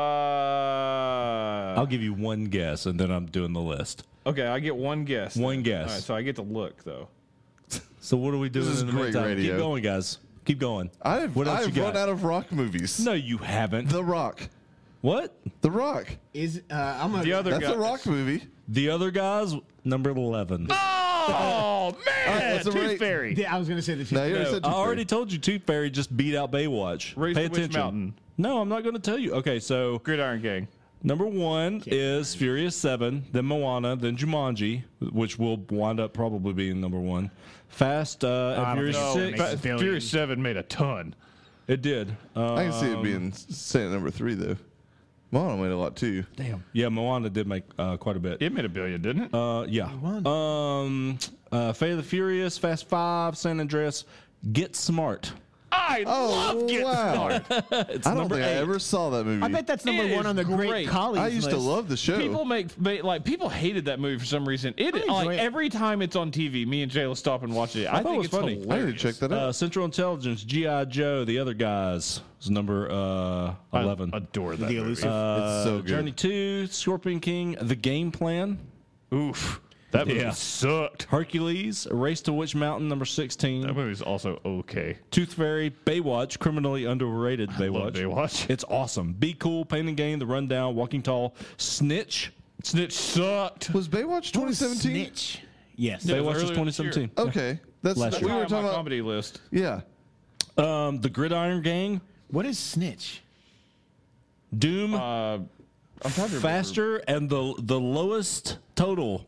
S3: I'll give you one guess, and then I'm doing the list.
S1: okay, I get one guess.
S3: One guess.
S1: All right, so I get to look though.
S3: So what are we doing
S2: This is
S3: in the
S2: great
S3: meantime?
S2: radio.
S3: Keep going, guys. Keep going.
S2: I've,
S3: what else
S2: I've
S3: you
S2: run
S3: got?
S2: out of rock movies.
S3: no, you haven't.
S2: The Rock.
S3: what?
S2: The Rock.
S5: Is uh, I'm gonna
S1: The other
S2: That's
S1: guy.
S2: a rock movie.
S3: The other guys, number 11.
S1: [laughs] Oh
S2: All right,
S1: man,
S2: what's the
S1: Tooth
S2: rate?
S1: Fairy.
S5: Yeah, I was gonna say the two.
S2: No, you already said
S3: I
S2: Tooth
S3: already
S2: Fairy.
S3: told you Tooth Fairy just beat out Baywatch.
S1: Race
S3: Pay
S1: to Witch
S3: attention.
S1: Mountain.
S3: No, I'm not going to tell you. Okay, so
S1: Gridiron Gang.
S3: number one is Furious Seven, then Moana, then Jumanji, which will wind up probably being number one. Fast uh, and Furious Six.
S1: Fa- Oh, Furious Seven made a ton.
S3: It did. Uh,
S2: I can see it being set at number three, though. Mono made a lot, too.
S3: Damn. Yeah, Moana did make uh, quite a bit.
S1: It made a billion, didn't it?
S3: Uh, yeah. Um, uh, Fate of the Furious, Fast Five, San Andreas, Get Smart.
S1: I love Get
S2: Oh, wow. [laughs]
S1: Smart.
S2: I don't think I ever saw that movie.
S5: I bet that's number
S1: It
S5: one
S1: is
S5: on the great,
S1: great.
S5: colleagues
S2: I used to
S5: list.
S2: love the show.
S1: People make, make like people hated that movie for some reason. It
S5: enjoy
S1: like
S5: it.
S1: every time it's on TV, me and Jay will stop and watch it. I,
S3: thought it
S1: think
S3: was
S1: it's
S3: funny. I
S2: I
S1: hilarious.
S2: need to check that out.
S3: Uh, Central Intelligence, GI Joe, the other guys is number uh,
S1: I Uh,
S3: eleven.
S1: adore that.
S5: The
S1: movie.
S5: elusive.
S2: it's so good.
S3: Journey Two, Scorpion King, The Game Plan,
S1: Oof, that movie
S3: Yeah.
S1: sucked.
S3: Hercules, A Race to Witch Mountain, number
S1: That
S3: sixteen,
S1: movie's also okay.
S3: Tooth Fairy, Baywatch, criminally underrated
S1: Love
S3: Baywatch.
S1: Baywatch.
S3: It's awesome. Be cool, Pain and Gain, The Rundown, Walking Tall, Snitch.
S1: Snitch sucked.
S2: was Baywatch 2017?
S5: Snitch. Yes.
S1: Yeah. it was
S3: Baywatch is
S1: earlier
S3: twenty
S1: this year.
S3: seventeen.
S2: Okay. That's
S3: Last
S2: we
S3: year.
S2: were
S1: Try
S2: talking
S1: my
S2: about.
S1: comedy list.
S2: Yeah.
S3: Um, The Gridiron Gang,
S5: What is snitch?
S3: Doom,
S1: Uh, I'm trying to remember.
S3: Faster, and the the lowest total.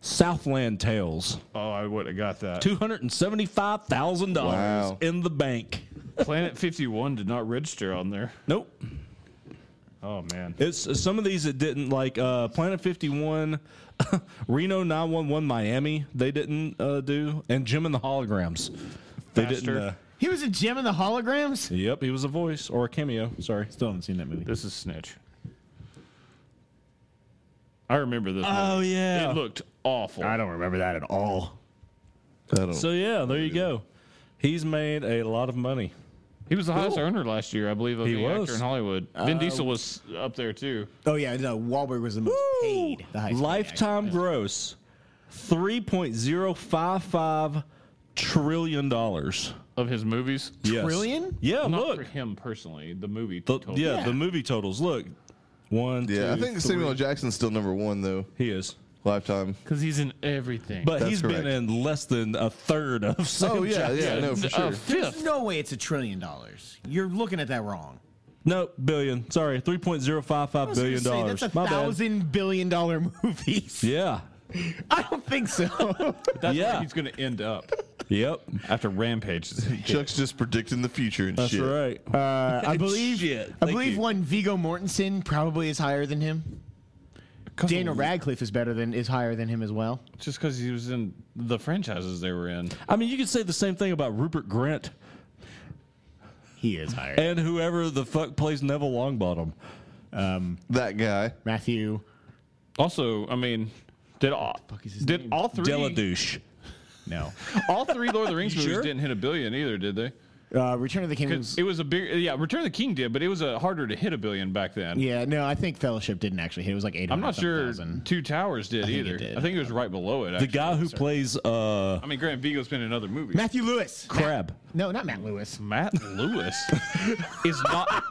S3: Southland Tales.
S1: Oh, I would have got that.
S3: Two hundred and seventy-five thousand dollars
S2: Wow.
S3: in the bank.
S1: Planet 51 did not register on there.
S3: Nope.
S1: Oh man.
S3: It's some of these that didn't like uh, Planet Fifty One, [laughs] Reno Nine One One Miami. They didn't uh, do, and Jim and the Holograms. They
S1: Faster.
S3: didn't. Uh,
S5: He was in Gem and the Holograms.
S3: yep, he was a voice or a cameo. Sorry.
S5: Still haven't seen that movie.
S1: This is Snitch. I remember this.
S3: Oh,
S1: movie.
S3: yeah.
S1: It looked awful.
S5: I don't remember that at all.
S2: I don't
S3: So yeah, there you go. He's made a lot of money.
S1: He was the highest earner last year, I believe, of
S3: He
S1: any
S3: was.
S1: actor in Hollywood.
S3: Uh,
S1: Vin Diesel was up there too.
S5: Oh yeah, no. Wahlberg was the most paid. The highest paid
S3: Lifetime gross, three point zero five five trillion dollars.
S1: Of his movies,
S3: Yes.
S5: Trillion?
S3: Yeah.
S1: not
S3: look.
S1: for him personally, the movie.
S3: The,
S1: total.
S3: yeah, the movie totals. Look. One.
S2: Yeah, I
S3: two,
S2: think Samuel L. Jackson's still number one though.
S3: He is.
S2: Lifetime.
S1: because he's in everything.
S3: But
S2: That's
S3: he's
S2: correct.
S3: been in less than a third of. Sam
S1: [laughs]
S2: Oh yeah,
S3: Jackson.
S2: yeah, no, for
S1: A
S2: sure.
S5: There's
S1: uh, fifth.
S5: no way it's a trillion dollars. You're looking at that wrong.
S3: No billion. Sorry, three point zero five five
S5: I was gonna
S3: billion
S5: say,
S3: dollars.
S5: That's a
S3: My bad.
S5: thousand billion dollar movies.
S3: Yeah,
S4: [laughs] I don't think so.
S1: That's
S3: Yeah.
S1: where he's going to end up
S3: [laughs] Yep.
S1: after Rampage.
S2: Chuck's just predicting the future and
S3: That's
S2: shit.
S3: right.
S4: Uh, I believe
S3: Shit,
S4: I
S3: thank
S4: believe
S3: you.
S4: one Vigo Mortensen probably is higher than him. Daniel Radcliffe is better than is higher than him as well.
S1: [laughs] Just because he was in the franchises they were in.
S3: I mean, you could say the same thing about Rupert Grant
S4: He is higher.
S3: and whoever the fuck plays Neville Longbottom.
S2: That guy.
S4: Matthew.
S1: Also, I mean, did all did all three
S3: Deladouche.
S4: No.
S1: all three Lord of the Rings movies
S3: sure?
S1: didn't hit a billion either, did they?
S4: Uh, Return of the King.
S1: 'Cause
S4: Was,
S1: It was a big yeah. Return of the King did, but it was a harder to hit a billion back then.
S4: yeah. No, I think Fellowship didn't actually hit. It was like eight.
S1: I'm not sure Two Towers did
S4: think it
S1: either.
S4: did.
S1: I think it was right below it.
S3: The
S1: Actually.
S3: guy who plays uh,
S1: I mean, Grant Vigo's been in other movies.
S4: Matthew Lewis.
S3: Crab.
S4: No, not Matt Lewis.
S1: Matt
S4: [laughs]
S1: Lewis is not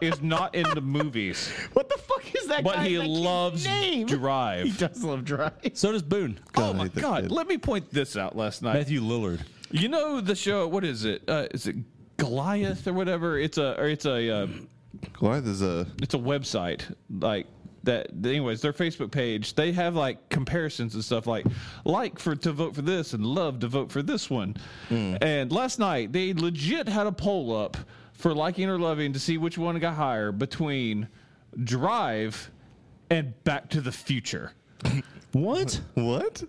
S1: is not in the
S4: [laughs]
S1: movies,
S4: What the fuck is that?
S1: but
S4: guy?
S1: he
S4: That kid's
S1: loves
S4: name.
S1: Drive.
S4: [laughs] He does love Drive.
S3: So does Boone.
S1: [laughs] Oh
S2: I
S1: my
S2: hate that
S1: God!
S2: kid.
S1: Let me point this out. Last night,
S3: Matthew Lillard.
S1: you know the show. What is it? Uh, is it Goliath or whatever? It's a or it's a uh,
S2: Goliath is a.
S1: it's a website like that. Anyways, their Facebook page they have like comparisons and stuff like like for to vote for this and love to vote for this one. And last night they legit had a poll up for liking or loving to see which one got higher between Drive and Back to the Future.
S3: What?
S2: What?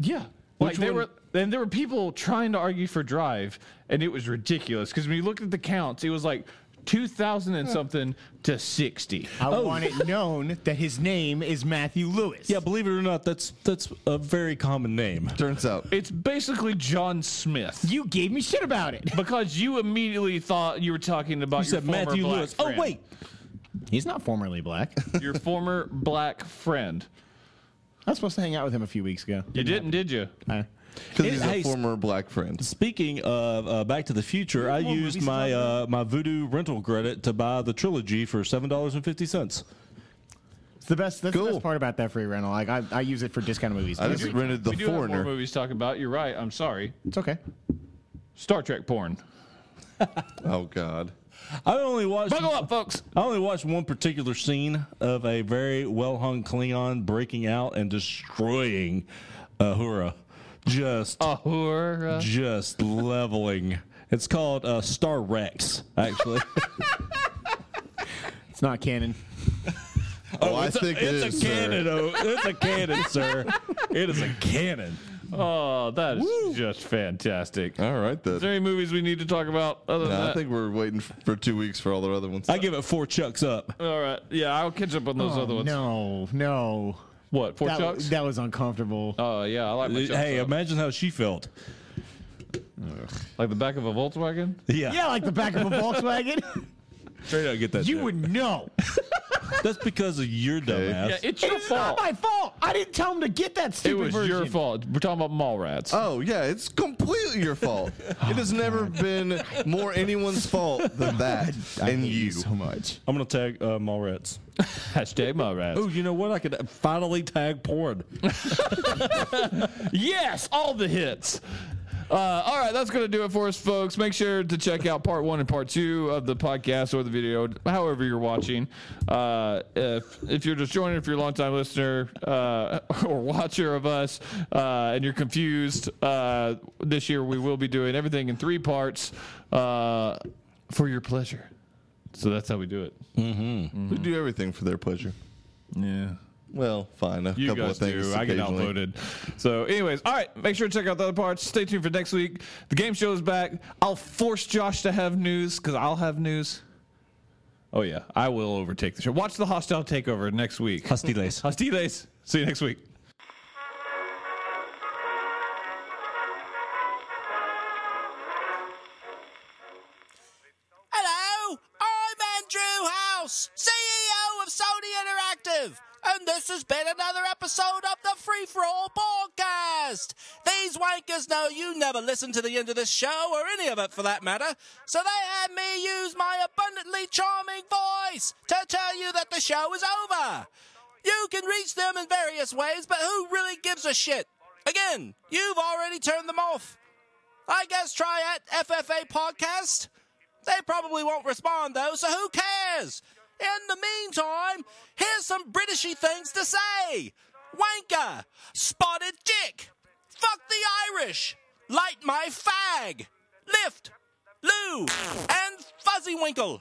S1: Yeah. like there were and there were people trying to argue for drive and it was ridiculous because when you looked at the counts it was like 2000 and something to 60
S4: I want it known that his name is Matthew Lewis.
S3: Yeah, believe it or not, that's that's a very common name.
S2: Turns out.
S1: it's basically john smith
S4: You gave me shit about it.
S1: because you immediately thought you were talking about
S3: You said
S1: your former
S3: Matthew
S1: black
S3: Lewis.
S1: friend.
S3: Oh wait,
S4: [laughs] He's not formerly [laughs] black. I
S1: your former black friend
S4: was supposed to hang out with him a few weeks ago. Uh,
S1: you didn't did you
S4: I-
S2: Because
S3: It-
S2: he's
S3: hey,
S2: a
S3: s-
S2: former black friend.
S3: Speaking of uh, Back to the Future, I used my uh, my Voodoo rental credit to buy the trilogy for seven dollars and fifty cents.
S4: It's the best. That's the
S2: Cool.
S4: best part about that free rental. Like I, I use it for discounted movies.
S2: I just rented The
S1: we do have more
S2: Foreigner.
S1: movies to talk about you're right i'm sorry
S4: it's okay.
S1: star trek porn
S2: Oh, God.
S3: I only watched
S1: buckle up folks
S3: I only watched one particular scene of a very well hung Klingon breaking out and destroying Ahura, just
S1: Ahura.
S3: just leveling. It's called uh, Star Rex, actually.
S4: It's not canon.
S2: Oh, I think it
S3: [laughs]
S2: is.
S3: it's a
S2: sir.
S3: cannon. Oh, it's a cannon, sir. It is a cannon.
S1: oh that is just fantastic
S2: All right, then.
S1: Is there any movies we need to talk about other than
S2: No, I
S1: that?
S2: think we're waiting f- for two weeks for all the other ones.
S3: I give it four chucks up.
S1: All right. Yeah, I'll catch up on those other ones.
S4: Oh, No, no.
S1: What? Four
S4: That,
S1: chucks?
S4: that was uncomfortable.
S1: Oh, yeah. I like my chucks.
S3: Hey,
S1: up.
S3: imagine how she felt.
S1: like the back of a Volkswagen?
S3: Yeah,
S4: yeah, like the back
S1: [laughs]
S4: of a Volkswagen.
S3: straight out get that.
S4: you
S3: joke.
S4: would know.
S3: That's because of your dumbass.
S1: Yeah, it's your
S4: It's not
S1: fault.
S4: my fault. I didn't tell him to get that
S1: It
S4: stupid
S1: was
S4: version.
S1: your fault. We're talking about mall rats.
S2: Oh yeah, it's completely
S1: [laughs]
S2: your fault.
S1: Oh,
S2: it has never been more anyone's
S1: [laughs]
S2: fault than that and you.
S4: much.
S3: I'm gonna tag uh, Mallrats.
S1: Hashtag mall rats.
S3: Oh, you know what? I could finally tag porn.
S1: Yes, all the hits. Uh, all right, that's going to do it for us, folks. Make sure to check out part one and part two of the podcast or the video, however you're watching. Uh, if, if you're just joining, if you're a longtime listener uh, [laughs] or watcher of us uh, and you're confused, uh, this year we will be doing everything in three parts uh, for your pleasure. So that's how we do it.
S2: We do everything for their pleasure.
S1: Yeah.
S2: Well, fine, a
S1: You
S2: couple
S1: guys
S2: of things.
S1: do. I get
S2: occasionally.
S1: outvoted. So, anyways, all right. Make sure to check out the other parts. Stay tuned for next week. The game show is back. I'll force Josh to have news because I'll have news. Oh yeah, I will overtake the show. Watch the hostile takeover next week.
S3: Pastiles.
S1: Hostiles. See you next week.
S6: Hello, I'm Andrew House, CEO of Sony Interactive, and this has been another episode of the Free For All podcast. These wankers know you never listen to the end of this show, or any of it for that matter, so they had me use my abundantly charming voice to tell you that the show is over. You can reach them in various ways, but who really gives a shit? Again, you've already turned them off. I guess try at FFA Podcast. They probably won't respond though, so who cares? In the meantime, here's some Britishy things to say. wanker, spotted dick, fuck the Irish, light my fag, lift, Lou, and Fuzzy Winkle.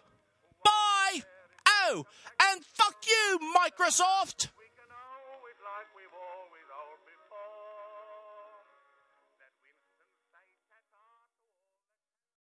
S6: Bye! Oh, and fuck you, Microsoft!